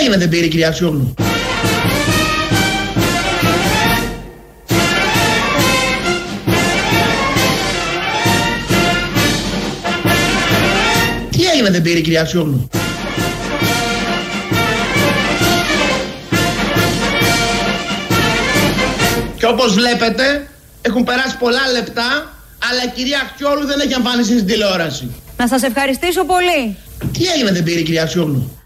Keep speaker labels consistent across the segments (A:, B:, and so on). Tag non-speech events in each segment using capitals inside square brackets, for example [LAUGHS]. A: κανένα δεν πήρε η κυρία Αξιόγλου. Τι έγινε δεν πήρε η κυρία Αξιόγλου. Και όπως βλέπετε έχουν περάσει πολλά λεπτά αλλά η κυρία Αξιόγλου δεν έχει εμφανιστεί στην τηλεόραση.
B: Να σας ευχαριστήσω πολύ.
A: Τι έγινε δεν πήρε η κυρία Αξιόγλου.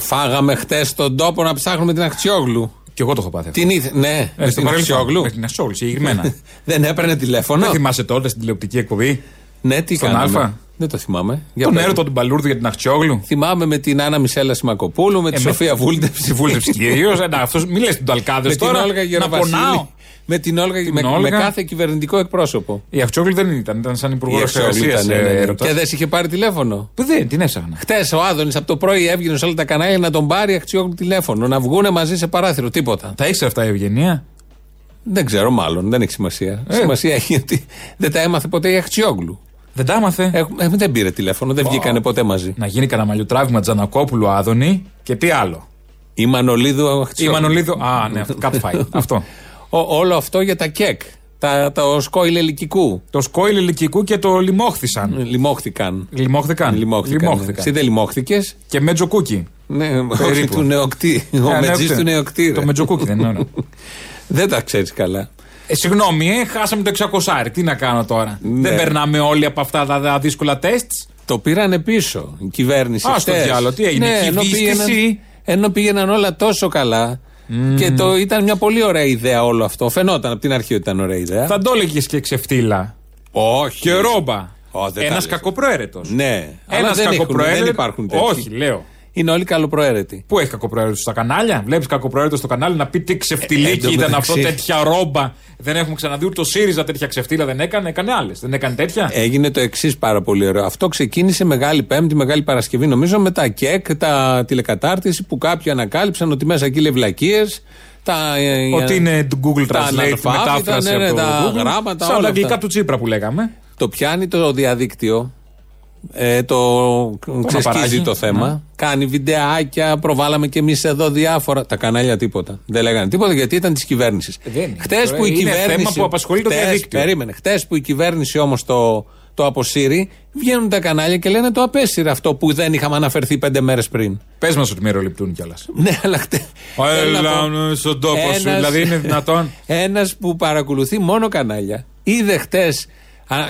C: Φάγαμε χτες τον τόπο να ψάχνουμε την Αξιόγλου.
D: Και εγώ το έχω πάθει.
C: Την ήθε...
D: Ε,
C: Ναι, με την Αξιόγλου.
D: Με την Αξιόγλου,
C: [LAUGHS]
D: συγκεκριμένα.
C: Δεν έπαιρνε τηλέφωνο.
D: Ε, Δεν θυμάσαι τότε στην τηλεοπτική εκπομπή.
C: Ναι, τι
D: Στον
C: κάναμε.
D: Αλφα.
C: Δεν το θυμάμαι. Για
D: Τον
C: πες μου.
D: έρωτα του Μπαλούρδου για την Αξιόγλου.
C: Θυμάμαι με την Άννα Μισέλα Σιμακοπούλου, με τη
D: Ε, με-
C: Σοφία Βούλτεψη.
D: Στη
C: [LAUGHS]
D: βούλτευση κυρίω. Αυτό Ε, μην λες τον Αλκάδε
C: με την
D: τώρα.
C: Όλγα
D: να
C: Γεροβασίλη.
D: πονάω.
C: Με την Όλγα με, με
D: Όλγα.
C: κάθε κυβερνητικό εκπρόσωπο.
D: Η ε, Αξιόγλου δεν ήταν, ήταν σαν υπουργό
C: Η Αξιόγλου
D: εργασία.
C: ήταν, ναι, ναι. Και δεν σε είχε πάρει τηλέφωνο.
D: Που δεν την έψαχνα.
C: Χτες ο Άδωνης από το πρωί έβγαινε σε όλα τα κανάλια να τον πάρει αξιόγλου τηλέφωνο, να βγούνε μαζί σε παράθυρο. Τίποτα.
D: Τα ήξερε αυτά η Ευγενία.
C: Δεν ξέρω, μάλλον δεν έχει σημασία.
D: Ε.
C: Σημασία έχει ότι δεν τα έμαθε ποτέ η Αξιόγλου.
D: Δεν τα έμαθε.
C: Έχ- ε, δεν πήρε τηλέφωνο, δεν βγήκανε ποτέ μαζί.
D: Να γίνει κανένα μαλλιοτράβημα Τζανακόπουλου Άδωνη και τι άλλο.
C: Η Μανολίδου
D: Η
C: Αξιόγλου.
D: Μανολίδου. Α,
C: [LAUGHS]
D: ναι, αυτό. Cup fight. αυτό.
C: Ο- όλο αυτό για τα κεκ. Τα, τα ο σκόιλ ελικικού.
D: Το σκόιλ ελικικού και το λιμόχθησαν.
C: Λιμόχθηκαν.
D: Λιμόχθηκαν.
C: Λιμόχθηκαν. Εσύ δεν λιμόχθηκε.
D: Και μετζοκούκι.
C: Ναι, όχι,
D: Περίπου.
C: του νεοκτή. Ο
D: Ε,
C: μετζή
D: ναι,
C: του νεοκτή.
D: Το
C: ρε.
D: μετζοκούκι δεν
C: [LAUGHS]
D: είναι ωραίο.
C: Δεν τα ξέρεις καλά.
D: Ε, συγγνώμη, ε, χάσαμε το 600. Τι να κάνω τώρα.
C: Ναι.
D: Δεν περνάμε όλοι από αυτά τα, τα δύσκολα τεστ.
C: Το πήρανε πίσω η κυβέρνηση.
D: Α, στο
C: χτες.
D: διάλογο, τι έγινε,
C: Ναι, ενώ,
D: κυβίστηση.
C: πήγαιναν, ενώ πήγαιναν όλα τόσο καλά. Και το, ήταν μια πολύ ωραία ιδέα όλο αυτό. Φαινόταν από την αρχή ότι ήταν ωραία ιδέα.
D: Θα το έλεγε και ξεφτύλα.
C: Όχι.
D: Και ρόμπα.
C: Ω, δεν τα
D: Ένα
C: λες.
D: κακοπροαίρετος.
C: Ναι. Αλλά
D: Ένας
C: δεν, έχουν,
D: κακοπροαίρετο.
C: δεν υπάρχουν τέτοιοι.
D: Όχι, λέω.
C: Είναι όλοι καλοπροαίρετοι.
D: Πού έχει κακοπροαίρετος στα κανάλια. Βλέπεις κακοπροαίρετο στο κανάλι να πει τι
C: Ε, εν
D: ξεφτυλίκι
C: τω
D: ήταν
C: μεταξύ.
D: αυτό, τέτοια ρόμπα. Δεν έχουμε ξαναδεί ούτε ο ΣΥΡΙΖΑ τέτοια ξεφτύλα δεν έκανε. Έκανε άλλες. Δεν έκανε τέτοια.
C: Έγινε το εξής πάρα πολύ ωραίο. Αυτό ξεκίνησε Μεγάλη Πέμπτη, Μεγάλη Παρασκευή, νομίζω, με τα ΚΕΚ, τα τηλεκατάρτιση που κάποιοι ανακάλυψαν ότι μέσα εκεί λέει βλακίες. Τα, ε,
D: Ότι
C: ε,
D: είναι του Google
C: τα
D: Translate
C: αναλφάβητα,
D: μετάφραση
C: ναι, ναι,
D: από το
C: τα
D: Google.
C: γράμματα,
D: Σαν
C: όλα
D: τα αγγλικά
C: αυτά.
D: του Τσίπρα που λέγαμε.
C: Το πιάνει το διαδίκτυο. Ε, το ξεσκίζει
D: παράγει,
C: το θέμα.
D: ναι.
C: Κάνει βιντεάκια, προβάλαμε κι εμείς εδώ διάφορα. Τα κανάλια τίποτα. Δεν λέγανε τίποτα γιατί ήταν της κυβέρνησης.
D: Ε, Δεν είναι.
C: Χτες που η
D: Είναι
C: κυβέρνηση.
D: θέμα που απασχολεί το
C: χτες-
D: διαδίκτυο.
C: Περίμενε. Χτες που η κυβέρνηση όμως το, το αποσύρει, βγαίνουν τα κανάλια και λένε το απέσυρε αυτό που δεν είχαμε αναφερθεί πέντε μέρες πριν.
D: Πες μας ότι μεροληπτούν κιόλας.
C: Ναι, αλλά χτες. θέλω να πω-
D: Έλα στον τόπο σου.
C: ένας-
D: Δηλαδή είναι
C: [LAUGHS]
D: δυνατόν.
C: Ένας που παρακολουθεί μόνο κανάλια. Είδε χτες,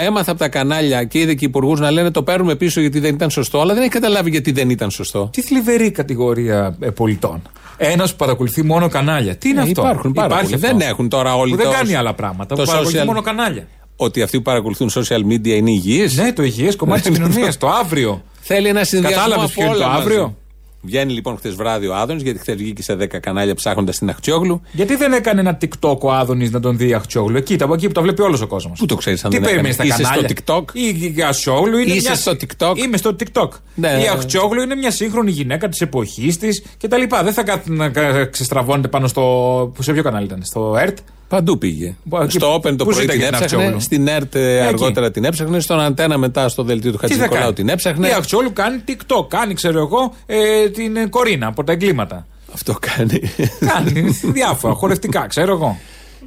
C: έμαθα από τα κανάλια και είδε και υπουργούς να λένε το παίρνουμε πίσω γιατί δεν ήταν σωστό, αλλά δεν έχει καταλάβει γιατί δεν ήταν σωστό.
D: Τι θλιβερή κατηγορία ε, πολιτών. Ένας που παρακολουθεί μόνο κανάλια. Τι είναι
C: Ε,
D: αυτό.
C: Υπάρχουν πάρα
D: Υπάρχει
C: πολλοί.
D: αυτό.
C: Δεν έχουν τώρα όλοι
D: Που δεν
C: το-
D: κάνει άλλα πράγματα.
C: το
D: Που παρακολουθεί
C: social-
D: μόνο κανάλια.
C: Ότι αυτοί που παρακολουθούν social media είναι υγιείς.
D: Ναι, το υγιές κομμάτι
C: [LAUGHS]
D: της κοινωνίας. Το αύριο.
C: Θέλει ένα συνδυασμό
D: Κατάλαβες
C: από
D: ποιο είναι
C: όλα
D: το
C: μαζί.
D: αύριο?
C: Βγαίνει λοιπόν χτε βράδυ ο Άδωνης, γιατί χθες βγήκε σε 10 κανάλια ψάχνοντας την Αχτσιόγλου.
D: Γιατί δεν έκανε ένα TikTok ο Άδωνης να τον δει η Αχτσόγλου. Εκεί, τα- από εκεί που τα βλέπει όλος ο κόσμος.
C: Πού το ξέρεις αν
D: Τι
C: δεν έκανε.
D: περιμένει στα
C: Είσαι
D: κανάλια.
C: στο TikTok.
D: Η, η Αχτσόγλου είναι.
C: Είσαι
D: μια...
C: στο TikTok.
D: Είμαι στο TikTok.
C: Ναι.
D: Η Αχτσόγλου είναι μια σύγχρονη γυναίκα της εποχής της κτλ. Δεν θα κάθεται να κα- ξεστραβώνεται πάνω στο. Σε ποιο κανάλι ήταν, στο ERT.
C: Παντού πήγε.
D: Μπα, εκεί-
C: στο Open
D: πού
C: το πρωί
D: ζήταγε
C: την
D: την
C: έψαχνε,
D: Αχτσόγλου?
C: στην ΕΡΤ ε,
D: Εκεί.
C: αργότερα την έψαχνε, στον Αντένα μετά στο δελτίο του Χατζηνικολάου την έψαχνε.
D: Η Αξιόλου κάνει TikTok. Κάνει, ξέρω εγώ, ε, την ε, Κορίνα από τα εγκλήματα.
C: Αυτό κάνει. [LAUGHS]
D: κάνει διάφορα, χορευτικά, ξέρω εγώ.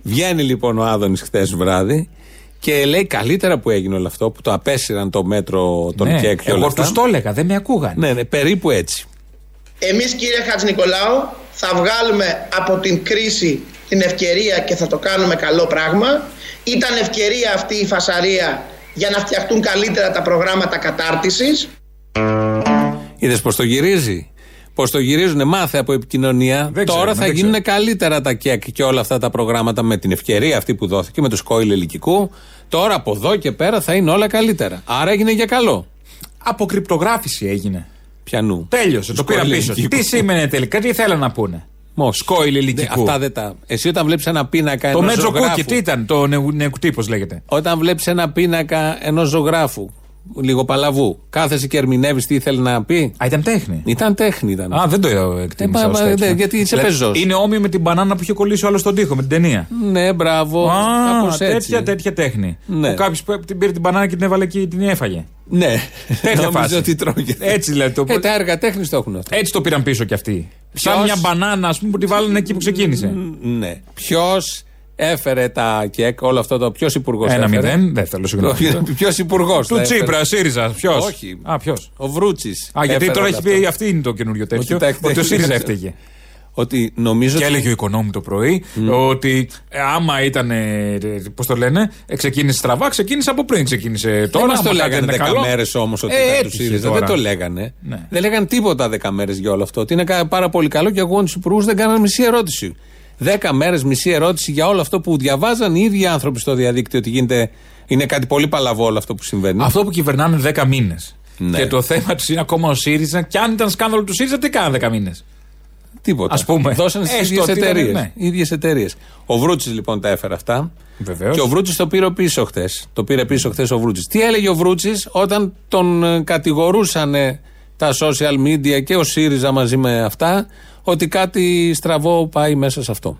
C: Βγαίνει λοιπόν ο Άδωνης χθες βράδυ και λέει καλύτερα που έγινε όλο αυτό που το απέσυραν το μέτρο των
D: ναι,
C: ΚΕΚ και όλα
D: εγώ
C: αυτά.
D: του το έλεγα, δεν με ακούγανε.
C: Ναι, ναι, περίπου έτσι.
A: Εμείς κύριε Χατζηνικολάου θα βγάλουμε από την κρίση την ευκαιρία και θα το κάνουμε καλό πράγμα. Ήταν ευκαιρία αυτή η φασαρία για να φτιαχτούν καλύτερα τα προγράμματα κατάρτισης.
C: Είδες πώς το γυρίζει. Πώς το γυρίζουνε, μάθε από επικοινωνία.
D: Δεν
C: Τώρα
D: ξέρουμε,
C: θα
D: δεν
C: γίνουν καλύτερα τα κέκ και όλα αυτά τα προγράμματα με την ευκαιρία αυτή που δόθηκε με το σκόιλ ελικικού. Τώρα από εδώ και πέρα θα είναι όλα καλύτερα. Άρα έγινε για καλό.
D: Αποκρυπτογράφηση έγινε.
C: Πιανού.
D: Τέλειωσε, το πήρα
C: Σκόηλ
D: πίσω.
C: ελικικού.
D: Τι σήμαινε τελικά, τι θέλανε να πούνε.
C: Μος.
D: Σκόιλ
C: Δε-
D: ελικικού.
C: Αυτά δεν τα. Εσύ όταν βλέπεις ένα πίνακα.
D: Το
C: ενός
D: μέτζο
C: ζωγράφου-
D: κούκι, τι ήταν, το νεου- νεουκτή, πώ λέγεται.
C: Όταν βλέπεις ένα πίνακα ενός ζωγράφου, λίγο παλαβού, κάθεσαι και ερμηνεύεις τι ήθελε να πει.
D: Α, ήταν τέχνη.
C: Ήταν τέχνη, ήταν.
D: Α, δεν το
C: Ε,
D: εκτίμησα.
C: μα-
D: ως
C: μα-
D: τέτοιο.
C: ναι, γιατί είσαι
D: Δηλαδή,
C: πεζός.
D: Είναι όμοιο με την μπανάνα που είχε κολλήσει ο άλλος στον τοίχο με την ταινία.
C: Ναι, μπράβο.
D: Α,
C: κάπως έτσι.
D: τέτοια, τέτοια τέχνη.
C: Ναι.
D: Κάποιο πήρε την μπανάνα και την έβαλε και την έφαγε.
C: Ναι,
D: Τέτοια
C: νομίζω
D: φάση.
C: ότι τρώγεται.
D: Έτσι δηλαδή το.
C: Ε, τα έργα τέχνης το έχουν αυτά.
D: Έτσι το πήραν πίσω κι αυτοί. Σαν
C: Ποιος?
D: μια μπανάνα, ας πούμε, που τη βάλανε εκεί που ξεκίνησε.
C: Ναι. Ποιος έφερε τα κεκ, όλο αυτό το. Ποιος υπουργός έφερε.
D: Ένα-μηδέν. Δεν θέλω, συγγνώμη.
C: Ποιος υπουργός.
D: Του Τσίπρα, ΣΥΡΙΖΑ. Ποιος.
C: Όχι.
D: Α, ποιος.
C: Ο Βρούτσι.
D: Α, γιατί τώρα έχει πει αυτή είναι το καινούριο τέτοιο.
C: τα
D: Ότι
C: εκτέλεσε.
D: ο ΣΥΡΙΖΑ
C: [LAUGHS]
D: έφταιγε.
C: Ότι νομίζω.
D: Και
C: ότι-
D: έλεγε ο Οικονόμη το πρωί ότι ε, άμα ήταν. Πώς το λένε, ε, ξεκίνησε στραβά, ξεκίνησε από πριν. Ξεκίνησε τώρα.
C: Δεν μας το
D: Ε, άμα κάτι
C: Ε, λέγανε
D: ήταν
C: 10
D: καλό.
C: μέρες όμως ότι
D: Ε,
C: ήταν του
D: έτυχε
C: ΣΥΡΙΖΑ. Δεν
D: τώρα.
C: το λέγανε.
D: Ναι.
C: Δεν λέγανε τίποτα 10 μέρες για όλο αυτό. Ότι είναι κα- πάρα πολύ καλό και εγώ τους υπουργούς δεν κάνανε μισή ερώτηση. 10 μέρες μισή ερώτηση για όλο αυτό που διαβάζαν οι ίδιοι άνθρωποι στο διαδίκτυο ότι γίνεται. Είναι κάτι πολύ παλαβό όλο αυτό που συμβαίνει.
D: Αυτό που κυβερνάνε 10 μήνες.
C: Ναι.
D: Και το θέμα τους είναι ακόμα ο ΣΥΡΙΖΑ. Και αν ήταν σκάνδαλο του ΣΥΡΙΖΑ, τι κάνανε 10 μήνες.
C: Τίποτα. Ε,
D: Ας πούμε.
C: Δώσανε στις
D: Έστω
C: ίδιε
D: ότι ήταν,
C: εταιρείε.
D: ναι.
C: Ο Βρούτσης λοιπόν τα έφερε αυτά.
D: Βεβαίως.
C: Και ο Βρούτσης το πήρε πίσω χθες. Το πήρε πίσω χθες ο Βρούτσης. Τι έλεγε ο Βρούτσης όταν τον ε, κατηγορούσαν ε, τα social media και ο ΣΥΡΙΖΑ μαζί με αυτά ότι κάτι στραβό πάει μέσα σε αυτό.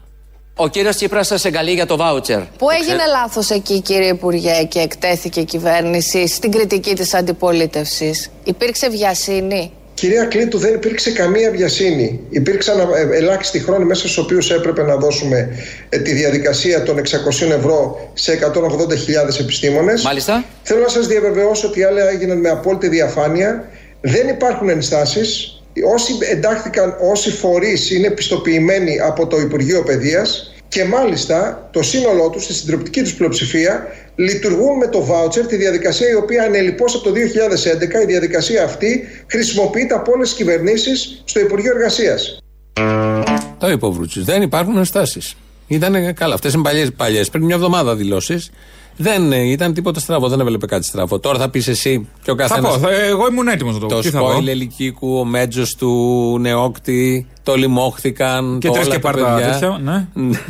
E: Ο κύριος Τσίπρας σας εγκαλεί για το βάουτσερ.
F: Πού έγινε λάθος εκεί, κύριε Υπουργέ, και εκτέθηκε η κυβέρνηση στην κριτική της αντιπολίτευσης. Υπήρξε βιασύνη.
G: Κυρία Κλήτου, δεν υπήρξε καμία βιασύνη. Υπήρξαν ε, ελάχιστοι χρόνοι μέσα στους οποίους έπρεπε να δώσουμε ε, τη διαδικασία των 600 ευρώ σε 180.000 επιστήμονες.
E: Μάλιστα.
G: Θέλω να σας διαβεβαιώσω ότι οι άλλοι έγιναν με απόλυτη διαφάνεια. Δεν υπάρχουν ενστάσεις. Όσοι εντάχθηκαν, όσοι φορείς είναι πιστοποιημένοι από το Υπουργείο Παιδείας και μάλιστα το σύνολό τους, στη συντριπτική τους πλειοψηφία, λειτουργούν με το voucher, τη διαδικασία η οποία ανελειπώς από το 2011. Η διαδικασία αυτή χρησιμοποιείται από όλες τις κυβερνήσεις στο Υπουργείο Εργασίας.
C: Το είπε ο Βρούτσης. Δεν υπάρχουν ενστάσεις. Ήταν καλά. Αυτές είναι παλιές. Παλιές. Πριν μια εβδομάδα δηλώσεις. Δεν ε, ήταν τίποτα στραβό. Δεν έβλεπε κάτι στραβό. Τώρα θα πεις εσύ και ο
D: Θα
C: καθένας.
D: πω, θα- εγώ ήμουν έτοιμος να το πω.
C: Το
D: Τι θα πω.
C: σπόιλ ελικίκου, ο μέτζος του νεόκτη, το λιμόχθηκαν.
D: Και
C: το
D: τρες
C: όλα
D: και
C: τα
D: πάρτα
C: παιδιά.
D: τέτοια, ναι.
C: [LAUGHS]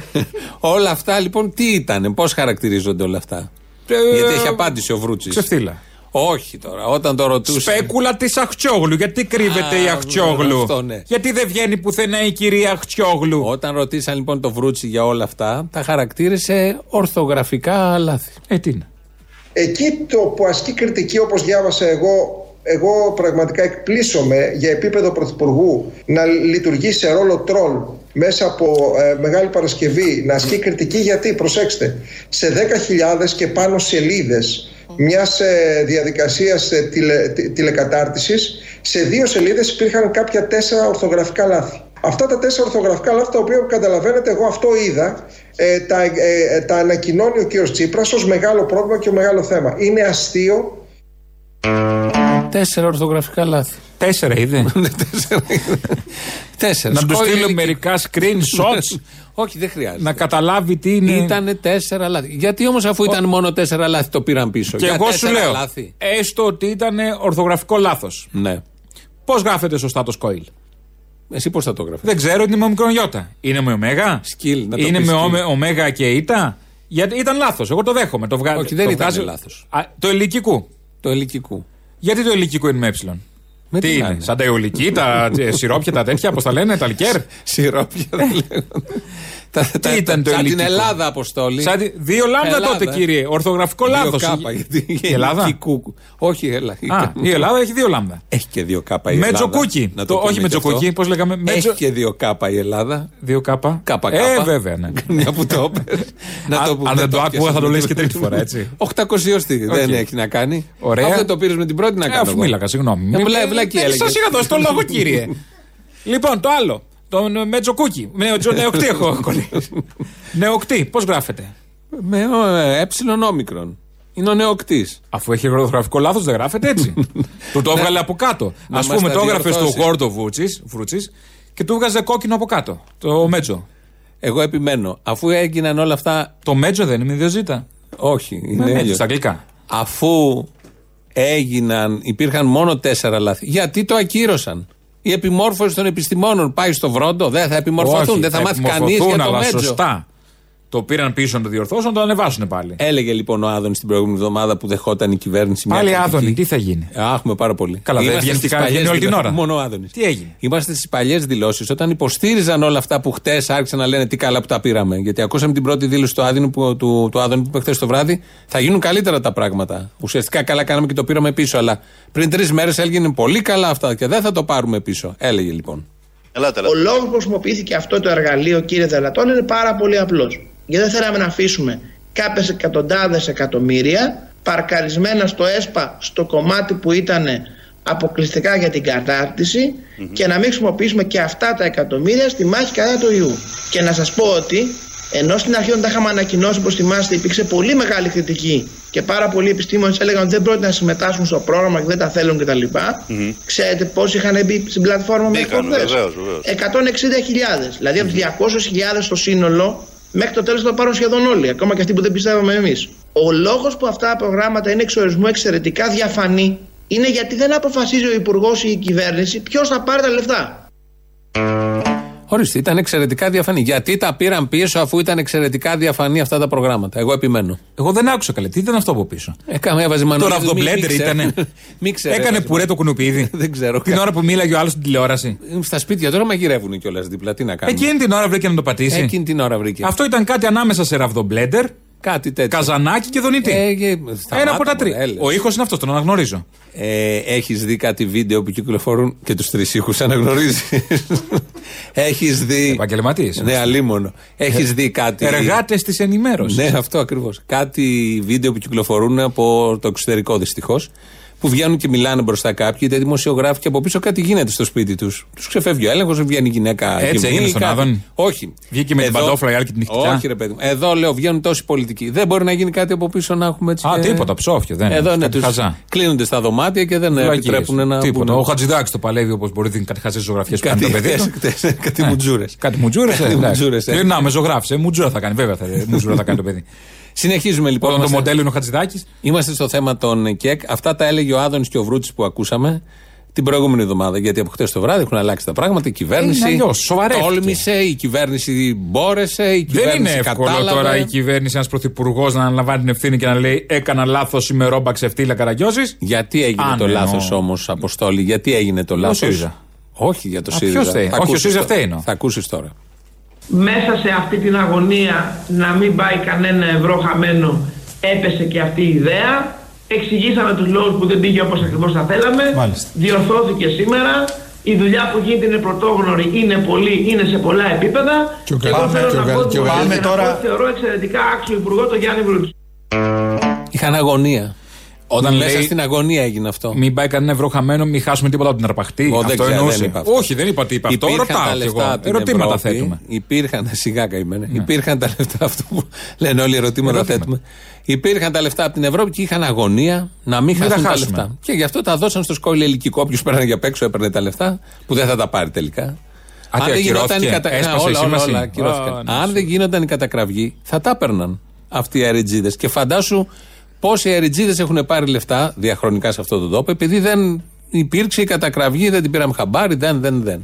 C: όλα αυτά λοιπόν τι ήταν, πώς χαρακτηρίζονται όλα αυτά.
D: Ε,
C: Γιατί έχει απάντηση ο Βρούτσης.
D: Ξεφτύλα.
C: Όχι τώρα, όταν το ρωτούσε.
D: Σπέκουλα της Αχτσόγλου. Γιατί κρύβεται
C: Α,
D: η Αχτσόγλου.
C: αυτό, ναι.
D: Γιατί δεν βγαίνει πουθενά η κυρία Αχτσόγλου.
C: Όταν ρωτήσαν λοιπόν το Βρούτση για όλα αυτά, τα χαρακτήρισε ορθογραφικά λάθη. [LAUGHS]
D: Ε, τι είναι.
G: Εκεί το που ασκεί κριτική όπως διάβασα εγώ εγώ πραγματικά εκπλήσωμαι για επίπεδο πρωθυπουργού να λειτουργεί σε ρόλο τρόλ μέσα από ε, Μεγάλη Παρασκευή να ασκεί κριτική γιατί, προσέξτε, σε 10.000 και πάνω σελίδες μιας ε, διαδικασίας ε, τηλε, τε- τηλεκατάρτισης σε δύο σελίδες υπήρχαν κάποια τέσσερα ορθογραφικά λάθη. Αυτά τα τέσσερα ορθογραφικά λάθη τα οποία που καταλαβαίνετε εγώ αυτό είδα ε, τα, ε, ε, τα ανακοινώνει ο κύριος Τσίπρας ως μεγάλο πρόβλημα και μεγάλο θέμα. Είναι αστείο
C: Τέσσερα ορθογραφικά λάθη.
D: Τέσσερα
C: [LAUGHS]
D: είδε.
C: Ναι, Τέσσερα. Τέσσερα.
D: να τους
C: Σπόιλ
D: στείλω
C: ελικίκου.
D: μερικά screenshots.
C: [LAUGHS] Όχι, δεν χρειάζεται.
D: να καταλάβει τι είναι.
C: Ήτανε τέσσερα λάθη. Γιατί όμως, αφού ήταν μόνο τέσσερα λάθη, το πήραν πίσω.
D: Και
C: Για
D: εγώ σου
C: τέσσερα
D: λέω.
C: Λάθη.
D: Έστω ότι ήταν ορθογραφικό λάθος.
C: Ναι.
D: Πώς γράφεται σωστά το σκόιλ.
C: Εσύ πώς θα το έγραφε.
D: Δεν ξέρω, είναι με μικρόν γιώτα. Είναι με ωμέγα.
C: Σκύλ, να το
D: Είναι
C: πεις
D: με
C: σκύλ.
D: ομε- ωμέγα και ήτα. Γιατί ήταν λάθος. Εγώ το δέχομαι. Το βγα...
C: Όχι, δεν
D: το
C: ήταν
D: βγάζω-
C: λάθος.
D: Α, Το ελικικού.
C: Το ελικικού.
D: Γιατί το ελικικό είναι με έψιλον.
C: Με
D: τι
C: τι
D: είναι,
C: κάνει?
D: σαν τα αιωλική, τα
C: [LAUGHS]
D: ε, σιρόπια, τα τέτοια, πώς τα λένε, τα λικέρ.
C: Σιρόπια δεν λέγονται. Τα- τα- τα-
D: ήταν το
C: Σαν την
D: ελικικό?
C: Ελλάδα, Αποστόλη.
D: Σαν τη- δύο λάμδα
C: Ελλάδα,
D: τότε,
C: ε.
D: κύριε. Ορθογραφικό
C: Δύο
D: λάθο.
C: κάπα, γιατί
D: Η Ελλάδα.
C: ελικικού. Όχι, η Ελλάδα.
D: Α, η Ελλάδα έχει δύο λάμδα.
C: Έχει και δύο κάπα η
D: Με
C: Ελλάδα.
D: τζοκούκι.
C: Να
D: Το- όχι
C: πούμε
D: με
C: και αυτό.
D: τζοκούκι, πώς λέγαμε, με τζο-
C: Έχει και δύο κάπα η Ελλάδα.
D: Δύο κάπα.
C: Κάπα
D: Ε,
C: κάπα.
D: βέβαια, ναι.
C: Μια που το έπαιρες.
D: Αν-
C: πούμε,
D: αν δεν το άκουγα,
C: έπιασα
D: θα το
C: με
D: λες
C: την
D: και τρίτη
C: πρώτη.
D: φορά, έτσι.
C: 800 δεν
D: Οκ.
C: έχει να κάνει.
D: Ωραία.
C: Αν δεν το πήρες με την πρώτη να
D: Ε,
C: κάνω.
D: αφού
C: εγώ.
D: μίλαγα, συγγνώμη.
C: Ε, βλέ- βλακή έλεγες.
D: Σας είχα δώσει το λόγο, κύριε. λοιπόν, το άλλο. Τον ε, Μετζοκούκι.
C: [LAUGHS]
D: Νεο- Νεοκτή έχω κολλήσει. Νεοκτή, πώς γράφεται.
C: Με έψιλον όμικρον. Είναι ο νεοκτής.
D: Αφού έχει γραφικό λάθος, δεν γράφεται
C: [LAUGHS]
D: έτσι. του το έβγαλε από κάτω.
C: Ναι. Να
D: Ας
C: μας
D: πούμε,
C: τα
D: το έγραφε στο
C: διορθώσεις.
D: Γόρντο Βούτσις- Βρούτσις και του έβγαζε κόκκινο από κάτω. Το μέτζο.
C: Εγώ επιμένω. Αφού έγιναν όλα αυτά.
D: Το μέτζο δεν είναι ιδιοζήτα.
C: Όχι, είναι
D: Ναι,
C: έλιος.
D: στα αγγλικά.
C: Αφού έγιναν, υπήρχαν μόνο τέσσερα λάθη. Γιατί το ακύρωσαν. Η επιμόρφωση των επιστημόνων πάει στο βρόντο, δεν θα επιμορφωθούν,
D: Όχι,
C: δεν θα, μάθει κανείς
D: επιμορφωθούν,
C: για το
D: αλλά
C: μέτζο.
D: σωστά. Το πήραν πίσω να το διορθώσουν, να το ανεβάσουν πάλι.
C: Έλεγε λοιπόν ο Άδωνης την προηγούμενη εβδομάδα που δεχόταν η κυβέρνηση μια
D: πάλι
C: κριτική.
D: άδωνη, τι θα γίνει.
C: Α, Έχουμε Ε, πάρα πολύ.
D: Καλά, δεν
C: Είμαστε
D: βγαίνει
C: στις
D: και κανένα,
C: παλιές
D: βγαίνει όλη την
C: δηλώσεις.
D: ώρα.
C: Μόνο ο Άδωνης.
D: Τι έγινε?
C: Είμαστε στις παλιές δηλώσεις, όταν υποστήριζαν όλα αυτά που χτες άρχισαν να λένε τι καλά που τα πήραμε. Γιατί ακούσαμε την πρώτη δήλωση του, Άδωνη που, του, του Άδωνη που είπε χθες το βράδυ. Θα γίνουν καλύτερα τα πράγματα. Ουσιαστικά καλά κάναμε και το πήραμε πίσω. Αλλά πριν τρεις μέρες έγινε πολύ καλά αυτά και δεν θα το πάρουμε πίσω. Έλεγε λοιπόν.
H: Ελάτε,
A: Ο
H: ελάτε.
A: λόγος που χρησιμοποιήθηκε αυτό το εργαλείο, κύριε Δελατών, είναι πάρα πολύ απλός. Γιατί δεν θέλαμε να αφήσουμε κάποιες εκατοντάδες εκατομμύρια παρκαρισμένα στο ΕΣΠΑ στο κομμάτι που ήταν αποκλειστικά για την κατάρτιση και να μην χρησιμοποιήσουμε και αυτά τα εκατομμύρια στη μάχη κατά του ιού. Και να σας πω ότι ενώ στην αρχή όταν τα είχαμε ανακοινώσει, όπως θυμάστε, υπήρξε πολύ μεγάλη κριτική και πάρα πολλοί επιστήμονες έλεγαν ότι δεν πρόκειται να συμμετάσχουν στο πρόγραμμα και δεν τα θέλουν κτλ. Ξέρετε πόσοι είχαν μπει στην πλατφόρμα μέχρι
H: Μπήκαν,
A: χθες?
H: βεβαίως, βεβαίως.
A: 160.000. Δηλαδή από τι 200.000 στο σύνολο, μέχρι το τέλος θα το πάρουν σχεδόν όλοι, ακόμα και αυτοί που δεν πιστεύαμε εμείς. Ο λόγος που αυτά τα προγράμματα είναι εξορισμού εξαιρετικά διαφανή είναι γιατί δεν αποφασίζει ο Υπουργός ή η κυβέρνηση ποιος θα πάρει τα λεφτά.
C: Ορίστε, ήταν εξαιρετικά διαφανή. Γιατί τα πήραν πίσω αφού ήταν εξαιρετικά διαφανή αυτά τα προγράμματα. Εγώ επιμένω. Ε,
D: Εγώ δεν άκουσα καλέ. Τι ήταν αυτό από πίσω.
C: Έκαμε, έβαζε μανούλα.
D: Τώρα αυτό το blender ήταν.
C: [LAUGHS] Μην ξέρω.
D: Έκανε
C: έβαζε
D: πουρέ το κουνουπίδι.
C: [LAUGHS] Δεν ξέρω.
D: Την ώρα που μίλαγε ο άλλος στην τηλεόραση.
C: Στα σπίτια τώρα μαγειρεύουν κιόλας δίπλα. Τι να κάνουμε.
D: Εκείνη την ώρα βρήκε να το πατήσει.
C: Εκείνη την ώρα βρήκε.
D: Αυτό ήταν κάτι ανάμεσα σε ραβδομπλέντερ,
C: Κάτι τέτοιο.
D: καζανάκι και δονητή.
C: Ε, ε, σταμάτα,
D: Ένα από τα
C: μωρέ,
D: τρία.
C: έλεος.
D: Ο ήχος είναι αυτός, τον αναγνωρίζω.
C: Ε, Έχεις δει κάτι βίντεο που κυκλοφορούν και τους τρεις ήχους,
D: [LAUGHS]
C: αναγνωρίζεις. Έχεις δει.
D: Επαγγελματίες. Ε,
C: Ναι, αλίμονο. Έχεις δει κάτι.
D: Εργάτες της ενημέρωσης.
C: Ναι, αυτό ακριβώς. Κάτι βίντεο που κυκλοφορούν από το εξωτερικό δυστυχώς. Που βγαίνουν και μιλάνε μπροστά κάποιοι, είτε δημοσιογράφοι και από πίσω κάτι γίνεται στο σπίτι τους. Τους ξεφεύγει ο έλεγχος, βγαίνει η γυναίκα.
D: Έτσι
C: γυμνή,
D: έγινε στον
C: κάτι.
D: Άδωνη.
C: Όχι.
D: Βγήκε με την παντόφλα η άλλη και την νυχτιά.
C: Όχι, ρε παιδί μου. Εδώ λέω βγαίνουν τόσοι πολιτικοί. Δεν μπορεί να γίνει κάτι από πίσω να έχουμε έτσι.
D: Α,
C: και-
D: τίποτα, ψόφιο, δεν είναι.
C: Εδώ είναι
D: Κάτι
C: τους
D: χαζά.
C: Κλείνονται στα δωμάτια και δεν
D: Βλακίες.
C: ναι, επιτρέπουν να.
D: Τίποτα.
C: μπουν.
D: Ο Χατζηδάκης το παλεύει όπως μπορεί, δίνει κάτι χαζές ζωγραφιές που κάνει
C: Κάτι
D: το παιδί. του.
C: χτες- Κάτι
D: Ναι.
C: μουτζούρες.
D: Κάτι μουτζούρες.
C: Κάτι μουτζούρες, ε.
D: Λέει να με ζωγράφησε. Μουτζούρα θα κάνει, βέβαια. Θα, μουτζούρα θα κάνει το παιδί.
C: Συνεχίζουμε λοιπόν.
D: Όταν το
C: Είμαστε-
D: μοντέλο είναι ο Χατζηδάκης.
C: Είμαστε στο θέμα των ΚΕΚ. Αυτά τα έλεγε ο Άδωνης και ο Βρούτης που ακούσαμε την προηγούμενη εβδομάδα. Γιατί από χτες το βράδυ έχουν αλλάξει τα πράγματα. Η κυβέρνηση
D: Είναι αλλιώς, σοβαρεύτηκε.
C: τόλμησε, η κυβέρνηση μπόρεσε, η
D: Δεν
C: κυβέρνηση
D: είναι εύκολο
C: κατάλαβε.
D: τώρα η κυβέρνηση, ένας πρωθυπουργός να αναλαμβάνει την ευθύνη και να λέει Έκανα λάθος, είμαι ρόμπα ξεφτύλα καραγκιόζης.
C: Γιατί έγινε
D: Αν
C: το
D: εννοώ.
C: λάθος όμως, Αποστόλη, γιατί έγινε το λάθος.
D: ΣΥΡΙΖΑ.
C: Όχι για το
D: Α,
C: ΣΥΡΙΖΑ.
D: ποιος θέλει.
C: Θα
D: Όχι, ο
C: ακούσεις
D: ΣΥΡΙΖΑ
C: τώρα.
D: φταίει, εννοώ.
C: Θα ακούσεις τώρα.
I: μέσα σε αυτή την αγωνία να μην πάει κανένα ευρώ χαμένο έπεσε και αυτή η ιδέα. Εξηγήσαμε τους λόγους που δεν πήγε όπως ακριβώς θα θέλαμε.
D: Μάλιστα.
I: Διορθώθηκε σήμερα. Η δουλειά που γίνεται είναι πρωτόγνωρη, είναι πολύ, είναι σε πολλά επίπεδα.
J: Και ο
I: Εγώ
J: Κα-
I: θέλω
J: και ο
I: να
J: Κα-
I: πω
J: και ο
I: ότι
J: Κα-
I: μπορείτε
J: Πάμε
I: να
J: τώρα-
I: πω ότι Θεωρώ εξαιρετικά άξιο υπουργό τον Γιάννη Βρούτση.
C: Είχαν αγωνία.
D: Όταν
C: Μέσα
D: λέει
C: στην αγωνία έγινε αυτό.
D: Μην πάει κανένα ευρώ χαμένο, μην χάσουμε τίποτα από την αρπαχτή.
C: Εγώ δεν
D: αυτό
C: ξέρω,
D: εννοούσε.
C: δεν είπα αυτό.
D: Όχι, δεν είπα τι είπα αυτό.
C: Υπήρχαν τα
D: Ρωτάω κι
C: λεφτά
D: εγώ.
C: από την
D: Ερωτήματα
C: Ευρώπη.
D: θέτουμε. Ναι.
C: Υπήρχαν, [LAUGHS] σιγά καημένα. Υπήρχαν τα λεφτά, αυτό που λένε όλοι ερωτήματα,
D: Ερωτήματα.
C: θέτουμε. Υπήρχαν τα λεφτά από την Ευρώπη και είχαν αγωνία να μην,
D: τα
C: χάσουν τα
D: χάσουμε.
C: λεφτά. Και γι' αυτό τα δώσαν στο σκόιλ ελικικό. Όποιος πέρανε για απ' έξω έπαιρνε τα λεφτά, που δεν θα τα πάρει τελικά.
D: τι, ακυρώθηκε.
C: κατα-
D: Έσπασε
C: Α,
D: η
C: όλα, όλα,
D: σύμβαση.
C: όλα,
D: Α,
C: ακυρώθηκαν.
D: ναι,
C: Αν δεν γίνονταν οι κατακραυγοί, θα τα έπαιρναν αυτοί οι αεριτζίδε. Και φαντάσου πόσοι αεριτζίδες έχουν πάρει λεφτά διαχρονικά σε αυτόν τον τόπο, επειδή δεν υπήρξε η κατακραυγή, δεν την πήραμε χαμπάρι, δεν, δεν, δεν.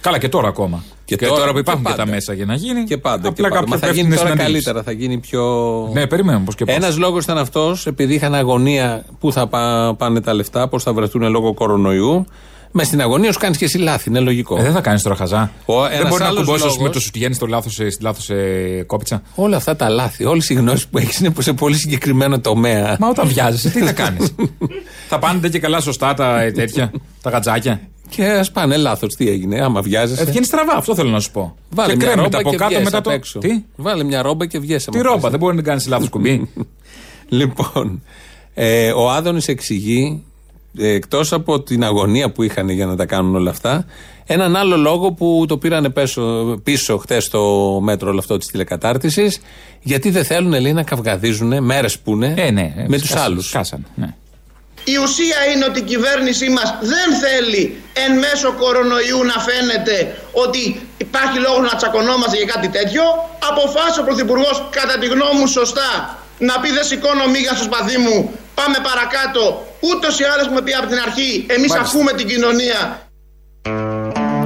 D: Καλά, και τώρα ακόμα.
C: Και
D: Και,
C: τώρα
D: τώρα,
C: και
D: που υπάρχουν και,
C: πάντα.
D: τα μέσα για να γίνει.
C: Και πάντα.
D: Απλά
C: και πάντα. Μα
D: κάποιοι
C: θα γίνει
D: πέφτουν
C: τώρα
D: συναντήσεις.
C: καλύτερα, θα γίνει πιο.
D: Ναι, περιμένουμε πώς και πώς.
C: Ένας λόγος ήταν αυτός, επειδή είχαν αγωνία πού θα πα- πάνε τα λεφτά, πώς θα βρεθούν λόγω κορονοϊού. Μες στην αγωνία σου κάνεις και εσύ λάθη, είναι λογικό.
D: δεν θα κάνεις τώρα χαζά.
C: Ο-
D: δεν
C: ένας
D: μπορεί να
C: άλλος
D: κουμπώσει ας πούμε,
C: λόγος-
D: το σουτιγέννη στο λάθος, ε, στη λάθος ε, κόπιτσα.
C: Όλα αυτά τα λάθη, όλες οι γνώσεις που έχεις είναι σε πολύ συγκεκριμένο τομέα.
D: Μα
C: [LAUGHS]
D: όταν βιάζεσαι, τι θα κάνεις. θα πάνε και καλά σωστά τα ε, τέτοια, τα γατζάκια.
C: Και ας πάνε λάθος, τι έγινε, άμα
D: Ε,
C: βιάζεσαι.
D: βγαίνει στραβά, αυτό θέλω να σου πω.
C: Βάλε
D: και
C: μια
D: κρέμεται
C: ρόμπα
D: από
C: και
D: κάτω
C: βγες
D: μετά
C: απ'
D: το.
C: έξω.
D: Τι,
C: Βάλε μια ρόμπα και βγες. άμα
D: τι ρόμπα,
C: θες.
D: δεν μπορεί να κάνεις λάθος κουμπί.
C: [LAUGHS] Λοιπόν, ε, ο Άδωνης εξηγεί, ε, εκτός από την αγωνία που είχαν για να τα κάνουν όλα αυτά, έναν άλλο λόγο που το πήρανε πίσω, πίσω χτες το μέτρο όλο αυτό της τηλεκατάρτισης, γιατί δεν θέλουν, λέει, να καυγαδίζουν μέρες που είναι
D: ε, ναι, ε,
C: με τους
D: σκάσανε,
C: άλλους.
D: σκάσανε, ναι.
A: Η ουσία είναι ότι η κυβέρνησή μας δεν θέλει εν μέσω κορονοϊού να φαίνεται ότι υπάρχει λόγος να τσακωνόμαστε για κάτι τέτοιο. Αποφάσισε ο Πρωθυπουργός κατά τη γνώμη μου σωστά να πει δεν σηκώνω μίγα στο σπαθί μου, πάμε παρακάτω. Ούτως ή άλλως που με πει από την αρχή, εμείς ακούμε την κοινωνία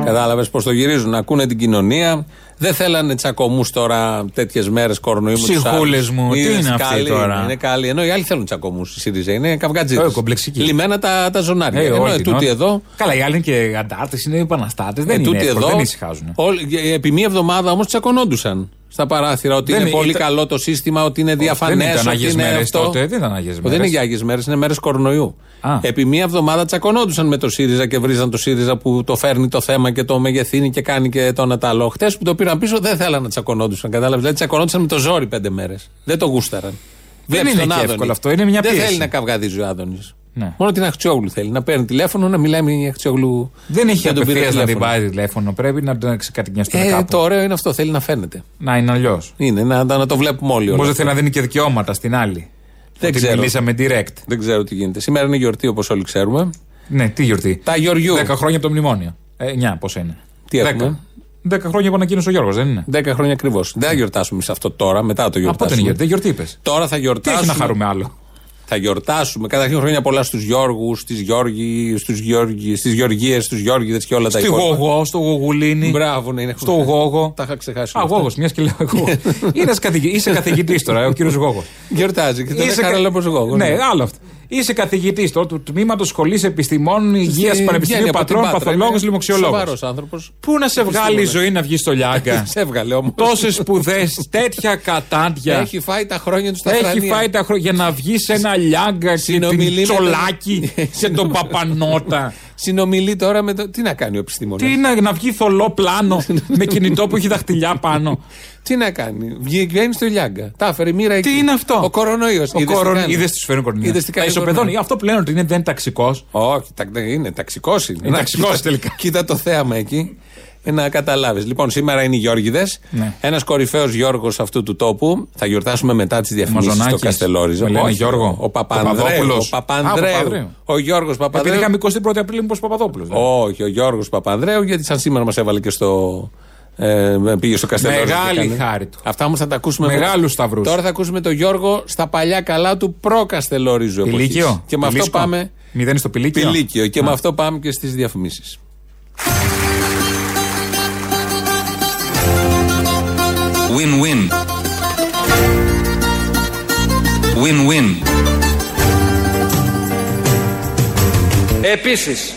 C: Κατάλαβες πώ το γυρίζουν. Ακούνε την κοινωνία, Δεν θέλανε τσακωμούς τώρα τέτοιες μέρες κορονοϊού. με τους
D: Ψυχούλες
C: άλλους.
D: μου, τι
C: Είδες,
D: είναι αυτή
C: καλή,
D: τώρα.
C: Είναι καλή. Ενώ οι άλλοι θέλουν τσακωμούς. Η ΣΥΡΙΖΑ είναι καυγατζίδε.
D: Ε, κομπλεξική.
C: Λιμένα τα, τα ζωνάρια.
D: Ε,
C: Ενώ
D: όχι,
C: ε, τούτοι
D: νο-
C: εδώ.
D: Καλά, οι άλλοι είναι και αντάρτες, είναι επαναστάτες.
C: ε,
D: Δεν είναι
C: τούτοι
D: εύκολο,
C: εδώ.
D: δεν ησυχάζουν.
C: όλοι- ε, επί μία εβδομάδα όμως τσακωνόντουσαν στα παράθυρα ότι
D: Δεν
C: είναι
D: είναι-
C: πολύ
D: ήταν-
C: καλό το σύστημα, ότι είναι διαφανές.
D: ήταν Άγιες
C: είναι
D: μέρες
C: αυτό.
D: τότε, δεν ήταν Άγιες
C: Ο,
D: μέρες.
C: είναι για Άγιες μέρες, είναι μέρες κορονοϊού.
D: Α.
C: Επί μία εβδομάδα τσακωνόντουσαν με το ΣΥΡΙΖΑ και βρίζαν το ΣΥΡΙΖΑ που το φέρνει το θέμα και το μεγεθύνει και κάνει και το ένα τα άλλο. Χτες που το πήραν πίσω δεν θέλαν να τσακωνόντουσαν. Κατάλαβες. Δηλαδή τσακωνόντουσαν με το ζόρι πέντε μέρες. Δεν το γούσταραν. Βλέπεις
D: είναι
C: τον
D: και
C: Άδωνη.
D: εύκολο αυτό, είναι μια
C: δεν
D: πίεση.
C: θέλει να καυγαδίζει ο Άδωνης.
D: Ναι.
C: Μόνο την Αχτσιόγλου θέλει. Να παίρνει τηλέφωνο, να μιλάει με την Αχτσιόγλου.
D: Δεν έχει
C: να τον πήρε
D: απευθεία να την
C: τηλέφωνο.
D: πάρει τηλέφωνο. Πρέπει να τον ξεκατοικιαστούν
C: Ε,
D: κάπου.
C: το ωραίο είναι αυτό. Θέλει να φαίνεται.
D: Να είναι αλλιώς.
C: Είναι, να, να το βλέπουμε όλοι.
D: Όμως
C: όλο
D: δεν
C: αυτό.
D: θέλει να δίνει και δικαιώματα στην άλλη.
C: Δεν
D: Ότι
C: ξέρω.
D: Μιλήσαμε direct.
C: Δεν ξέρω τι γίνεται. Σήμερα είναι γιορτή όπως όλοι ξέρουμε.
D: Ναι, τι γιορτή.
C: Τα Γεωργιού.
D: 10 χρόνια από το μνημόνιο. Ε, 9, πόσα είναι.
C: Τι έχουμε?
D: 10. 10 χρόνια που ανακοίνωσε ο Γιώργος, δεν είναι.
C: 10 χρόνια ακριβώς. Δεν θα γιορτάσουμε σε αυτό τώρα, μετά το
D: Από πότε
C: γιορτάσουμε.
D: είναι γιορτή, γιορτή είπες.
C: Τώρα θα
D: Τι
C: γιορτάσουμε.
D: έχει να χαρούμε άλλο.
C: Θα γιορτάσουμε. Καταρχήν χρόνια πολλά στους Γιώργους, στις Γιώργοι, στους Γιώργοι, στις Γεωργίες, στους Γιώργιδε και όλα τα
D: Στη
C: υπόλοιπα.
D: Γογό, στο Γογουλίνι.
C: Μπράβο, ναι, είναι
D: Στο Γόγο.
C: Τα είχα ξεχάσει.
D: Α,
C: όλα αυτά. Ναι.
D: Γόγο, μιας και λέω εγώ. Είσαι καθηγητής τώρα, ο κύριος Γόγο.
C: Γιορτάζει και δεν
D: κα-
C: χαρά όπω εγώ.
D: Ναι, άλλο αυτό. Είσαι καθηγητής τώρα του τμήματος Σχολής Επιστημών Υγείας
C: Ε,
D: Πανεπιστημίου Πατρών, Παθολόγο,
C: ναι.
D: Λιμοξιολόγο.
C: Σοβαρός άνθρωπος.
D: Πού να σε βγάλει η ζωή να βγεις στο Λιάγκα.
C: [LAUGHS] Σε έβγαλε όμως.
D: Τόσες σπουδές, τέτοια κατάντια.
C: Έχει φάει τα χρόνια του στα
D: Έχει
C: θρανία.
D: φάει τα χρόνια για να βγεις σε ένα λιάγκα και
C: Συνομιλεί
D: την
C: με τον-
D: τσολάκι και
C: [LAUGHS]
D: τον παπανότα.
C: Συνομιλεί τώρα με το. Τι να κάνει ο επιστήμονας.
D: Τι να, να βγει θολό πλάνο με κινητό που έχει δαχτυλιά πάνω.
C: Τι να κάνει. Βγαίνει στο Λιάγκα. Τα έφερε η μοίρα εκεί.
D: είναι αυτό?
C: Ο κορονοϊός.
D: Ο κορον... Είδες τις φέρνει κορονοϊό.
C: Είδες τι
D: Τα
C: κάνει. ο
D: ισοπεδώνει.
C: κορονοϊός.
D: Αυτό πλέον ότι είναι, δεν είναι ταξικός.
C: Όχι, τα- είναι ταξικός. Είναι, Να
D: ταξικός
C: κοίτα-
D: τελικά.
C: Κοίτα το θέαμα εκεί. ε, Να καταλάβεις. Λοιπόν, σήμερα είναι οι Γιώργιδε.
D: Ναι.
C: Ένας κορυφαίος Γιώργος αυτού του τόπου. Θα γιορτάσουμε μετά τις διαφημίσεις στο
D: Μαζονάκης.
C: Καστελόριζο.
D: Με λένε
C: Όχι,
D: Γιώργο.
C: Ο
D: Ο
C: Παπανδρέου.
D: Παπαδόπουλος.
C: Ο Παπανδρέου.
D: Α, ο Παπανδρέου.
C: Ο Γιώργος
D: Επειδή
C: Παπανδρέου.
D: είχαμε 21η Απριλίου μήπως Παπαδόπουλος.
C: Όχι, ο Γιώργος Παπανδρέου, γιατί σαν σήμερα μας έβαλε και στο. Ε, πήγε στο Καστελόριζο.
D: Μεγάλη
C: και έκανε.
D: χάρη του.
C: Αυτά όμως θα τα ακούσουμε.
D: Μεγάλους σταυρούς.
C: Τώρα θα ακούσουμε τον Γιώργο στα παλιά καλά του προ-Καστελόριζου. εποχής.
D: Πηλίκιο.
C: Και με αυτό
D: Πηλίσκο.
C: πάμε.
D: Μηδέν στο πηλίκιο.
C: Πηλίκιο. Και
D: Α.
C: με αυτό πάμε και στις διαφημίσεις.
E: Win-win. Win-win.
K: Επίσης,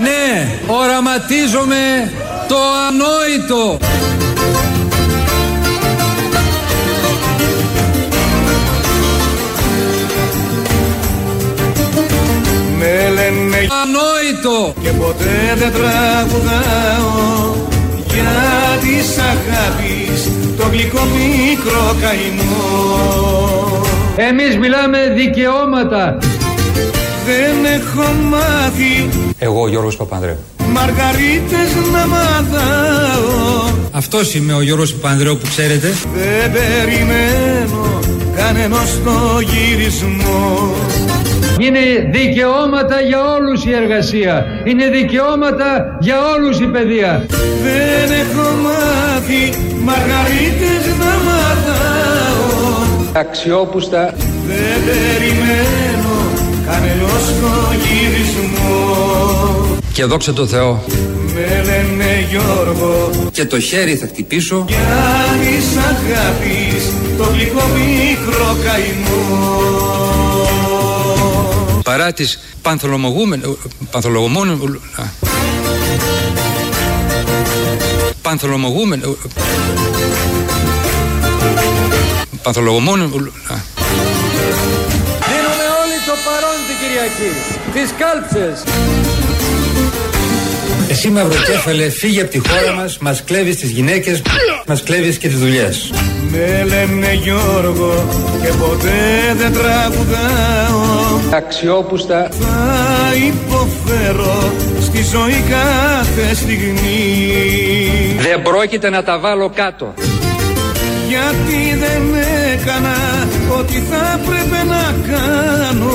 E: Ναι, οραματίζομαι το ανόητο.
H: Με λένε
E: Ανόητο.
H: και ποτέ δεν τραγουδάω Για της αγάπης το γλυκό μικρό καημό
E: Εμείς μιλάμε δικαιώματα.
H: Δεν έχω μάθει
E: Εγώ, Γιώργος Παπανδρέου.
H: μαργαρίτες να μάθω
E: Αυτός είμαι ο Γιώργος Παπανδρέου που ξέρετε.
H: Δεν περιμένω κανένας το γυρισμό
E: Είναι δικαιώματα για όλους η εργασία. Είναι δικαιώματα για όλους η παιδεία.
H: Δεν έχω μάθει μαργαρίτες να μάθω
E: Αξιόπουστα.
H: Δεν περιμένω κανένας το γυρισμό
E: Και δόξα τω Θεώ.
H: Με λένε Γιώργο
E: Και το χέρι θα χτυπήσω.
H: για της αγάπης το γλυκό μικρό καημό
E: παρά τις πανθολομογούμεν- πανθολογομόν- α. πανθολομογούμεν- πανθολογομόν- α. Δίνουμε όλοι το παρόν την Κυριακή, τις κάλψες. Εσύ μαυροκέφαλε φύγε από τη χώρα μας, μας κλέβεις τις γυναίκες, μας κλέβεις και τις δουλειές.
H: Με λένε Γιώργο και ποτέ δεν τραγουδάω
K: αξιόπουστα,
H: Θα υποφέρω στη ζωή κάθε στιγμή
K: δεν πρόκειται να τα βάλω κάτω.
H: Γιατί δεν έκανα ό,τι θα πρέπει να κάνω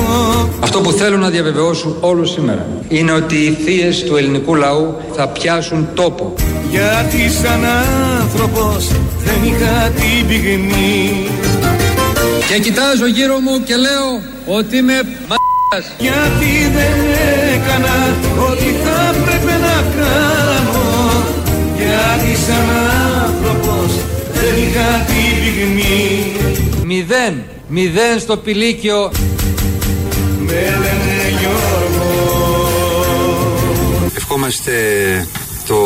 E: Αυτό που θέλω να διαβεβαιώσω όλους σήμερα είναι ότι οι θείες του ελληνικού λαού θα πιάσουν τόπο.
H: Γιατί σαν άνθρωπος δεν είχα την πυγμή
E: Και κοιτάζω γύρω μου και λέω ότι είμαι μ***ας.
H: Γιατί δεν έκανα ό,τι θα πρέπει να κάνω
J: γιατί σαν άνθρωπος δεν είχα την πυγμή
E: Μηδέν, μηδέν στο πηλίκιο.
J: με λένε Γιώργο
L: Ευχόμαστε το,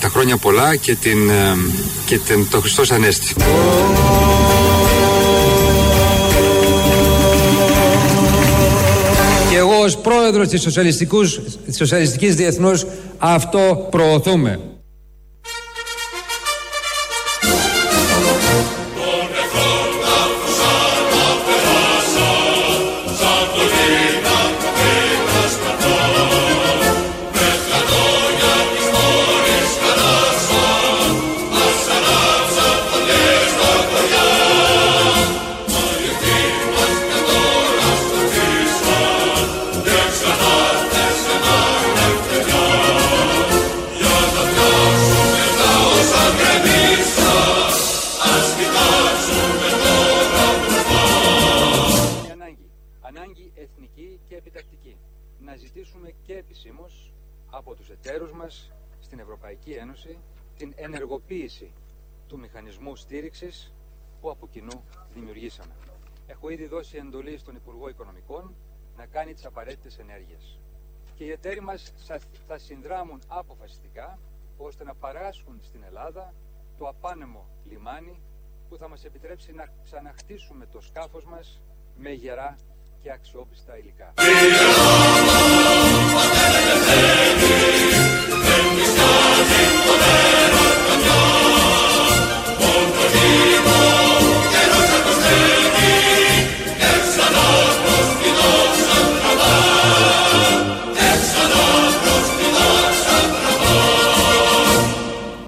L: τα χρόνια πολλά και, την, ε, και την, το Χριστός Ανέστη.
E: Και εγώ ως πρόεδρος της, Σοσιαλιστικούς, της Σοσιαλιστικής Διεθνούς αυτό προωθούμε. Ανάγκη εθνική και επιτακτική. Να ζητήσουμε και επισήμως από τους εταίρους μας στην Ευρωπαϊκή Ένωση την ενεργοποίηση του μηχανισμού στήριξης που από κοινού δημιουργήσαμε. Έχω ήδη δώσει εντολή στον Υπουργό Οικονομικών να κάνει τις απαραίτητες ενέργειες. Και οι εταίροι μας θα- θα συνδράμουν αποφασιστικά ώστε να παράσχουν στην Ελλάδα το απάνεμο λιμάνι που θα μας επιτρέψει να ξαναχτίσουμε το σκάφος μας με γερά και αξιόπιστα υλικά.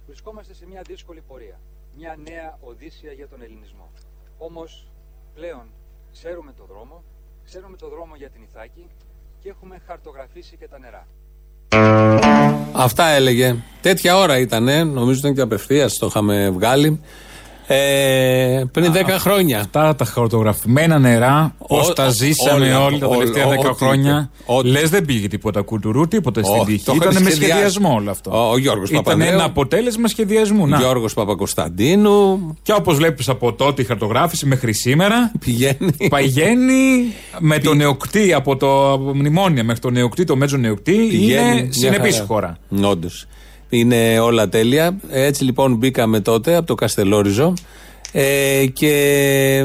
E: Βρισκόμαστε σε μια δύσκολη πορεία, μια νέα οδύσσια για τον ελληνισμό. Όμως πλέον ξέρουμε το δρόμο, ξέρουμε το δρόμο για την Ιθάκη και έχουμε χαρτογραφήσει και τα νερά.
C: Αυτά έλεγε. Τέτοια ώρα ήταν, νομίζω ήταν και απευθείας το είχαμε βγάλει. Ε, πριν 10 χρόνια.
D: Αυτά τα χαρτογραφημένα νερά,
C: Ό-
D: πώ τα ζήσαμε
C: όλα,
D: όλοι τα
C: όλα,
D: τελευταία
C: ό-
D: 10
C: ό,τι
D: χρόνια.
C: είπε. Ό,τι.
D: Λες δεν πήγε τίποτα κουντουρού, τίποτα
C: Όχι,
D: στην
C: το
D: τύχη.
C: είχαν
D: Ήταν με
C: σχεδιάσει.
D: σχεδιασμό όλο αυτό.
C: Ο- ο Γιώργος
D: Ήταν
C: Παπανδρέου.
D: ένα αποτέλεσμα σχεδιασμού. Να.
C: Γιώργος Παπακοσταντίνου.
D: Και όπως βλέπεις από τότε η χαρτογράφηση μέχρι σήμερα.
C: Πηγαίνει.
E: [LAUGHS]
D: Παγαίνει με το νεοκτή από το από μνημόνια μέχρι το νεοκτή, το μέτζο νεοκτή. Είναι συνεπή χώρα.
C: Όντω. Ναι, Είναι όλα τέλεια. Έτσι λοιπόν μπήκαμε τότε από το Καστελόριζο ε, και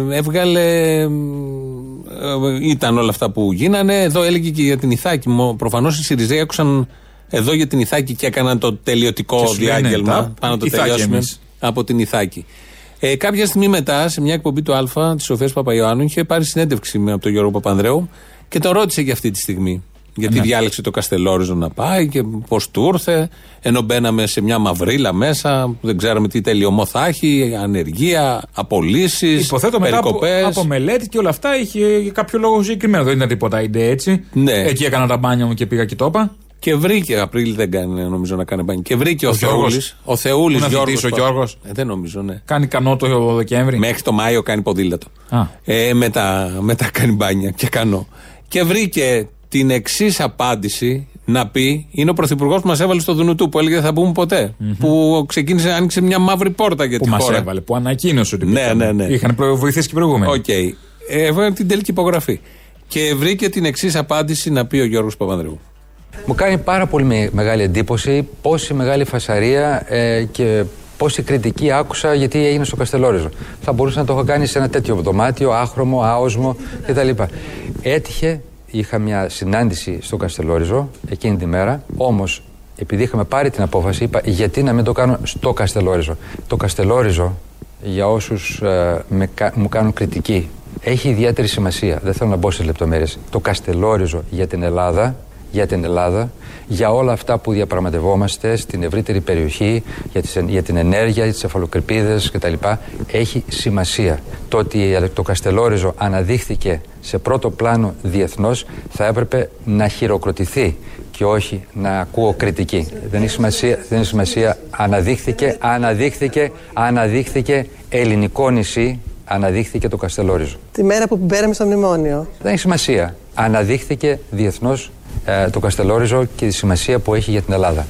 C: έβγαλε. ε, ήταν όλα αυτά που γίνανε. Εδώ έλεγε και για την Ιθάκη. Προφανώς οι Σιριζέοι άκουσαν εδώ για την Ιθάκη και έκαναν το τελειωτικό
D: Και σου λένε,
C: διάγγελμα.
D: τα-
C: Πάνω να το
D: Ιθάκη
C: τελειώσουμε
D: εμείς.
C: από την Ιθάκη. Ε, κάποια στιγμή μετά, σε μια εκπομπή του Α της Σοφίας Παπαϊωάννου, είχε πάρει συνέντευξη με από τον Γιώργο Παπανδρέου και τον ρώτησε για αυτή τη στιγμή. Γιατί
D: Ναι.
C: διάλεξε το Καστελόριζο να πάει και πώς του ήρθε, ενώ μπαίναμε σε μια μαυρίλα μέσα που δεν ξέραμε τι τελειωμό θα έχει, ανεργία, απολύσεις,
D: Υποθέτω μετά από,
C: περικοπές.
D: από μελέτη και όλα αυτά είχε κάποιο λόγο συγκεκριμένο. Δεν ήταν τίποτα ide έτσι.
C: Ναι.
D: Εκεί έκανα τα μπάνια μου και πήγα και το είπα.
C: Και βρήκε, Απρίλη δεν κάνει νομίζω να κάνει μπάνι. Και βρήκε ο,
D: Γιώργος.
C: Θεούλη. Ο Θεούλης
D: Πού να
C: Γιώργος
D: φοιτήσει ο
C: Πα-
D: Γιώργος?
C: Ε, δεν νομίζω, ναι.
D: Κάνει κανό το Δεκέμβρη.
C: Μέχρι το Μάιο κάνει ποδήλατο.
D: Ε. Α.
C: Ε, μετά, μετά κάνει μπάνια και κάνω. Και βρήκε την εξής απάντηση να πει: Είναι ο πρωθυπουργός που μας έβαλε στο Δουνουτού που έλεγε δεν θα πούμε ποτέ. Που ξεκίνησε, άνοιξε μια μαύρη πόρτα για
D: Που
C: τη
D: μας
C: χώρα.
D: έβαλε, ναι. που ανακοίνωσε ότι
C: Ναι,
D: πήγαμε.
C: ναι, ναι.
D: Είχαν προ- βοηθήσει και προηγούμενοι.
C: Οκ. Ε, Έβαλε την τελική υπογραφή. Και βρήκε την εξής απάντηση να πει ο Γιώργος Παπανδρέου.
E: Μου κάνει πάρα πολύ με- μεγάλη εντύπωση πόση μεγάλη φασαρία ε, και πόση κριτική άκουσα γιατί έγινε στο Καστελόριζο. Θα μπορούσα να το έχω κάνει σε ένα τέτοιο δωμάτιο, άχρωμο, άοσμο κτλ. Έτυχε, είχα μια συνάντηση στο Καστελόριζο εκείνη τη μέρα, όμως επειδή είχαμε πάρει την απόφαση, είπα γιατί να μην το κάνω στο Καστελόριζο. Το Καστελόριζο, για όσους ε, με κα- μου κάνουν κριτική, έχει ιδιαίτερη σημασία. Δεν θέλω να μπω στις λεπτομέρειες. Το Καστελόριζο για την Ελλάδα για την Ελλάδα, για όλα αυτά που διαπραγματευόμαστε στην ευρύτερη περιοχή, για, τις, εν- για την ενέργεια, για τις αφαλοκρηπίδες κτλ. έχει σημασία. Το ότι το Καστελόριζο αναδείχθηκε σε πρώτο πλάνο διεθνώς θα έπρεπε να χειροκροτηθεί και όχι να ακούω κριτική. Δεν έχει σημασία, δεν έχει σημασία. Αναδείχθηκε, αναδείχθηκε, αναδείχθηκε ελληνικό νησί, αναδείχθηκε το Καστελόριζο.
M: Τη μέρα που πέραμε στο μνημόνιο.
E: Δεν έχει σημασία. Αναδείχθηκε ε, διεθνώ το Καστελόριζο και τη σημασία που έχει για την Ελλάδα.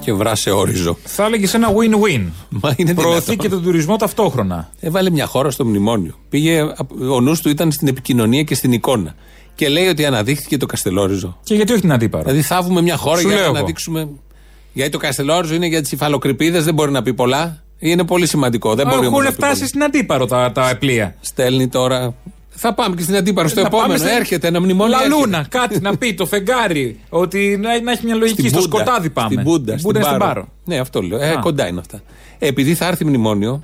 C: και βράσε όριζο.
D: Θα έλεγες ένα win-win.
C: Μα είναι
D: Προωθεί και τον τουρισμό ταυτόχρονα.
C: Έβαλε μια χώρα στο μνημόνιο. Πήγε, ο νους του ήταν στην επικοινωνία και στην εικόνα. Και λέει ότι αναδείχθηκε το Καστελόριζο.
D: Και γιατί όχι την αντίπαρο.
C: Δηλαδή θαύουμε μια χώρα
D: Σου
C: για να
D: λέω εγώ.
C: αναδείξουμε. Γιατί το Καστελόριζο είναι για τις υφαλοκρηπίδες, δεν μπορεί να πει πολλά. Είναι πολύ σημαντικό. Δεν μπορεί όμως να
D: Έχουν
C: πει πολλά.
D: φτάσει στην αντίπαρο τα, τα πλοία.
C: Στέλνει τώρα. Θα πάμε και στην αντίπαρος. Στο
D: Να πάμε
C: επόμενο
D: στην-
C: έρχεται ένα μνημόνιο. έρχεται.
D: Λαλούνα, κάτι να πει, το φεγγάρι. Ότι να, να έχει μια λογική.
C: Στην
D: Στο
C: Μπούντα.
D: σκοτάδι πάμε.
C: Στην Μπούντα, στην,
D: είναι στην
C: Πάρο.
D: Πάρο.
C: Ναι, αυτό λέω. Ε,
D: Α.
C: κοντά είναι αυτά. Επειδή θα έρθει μνημόνιο,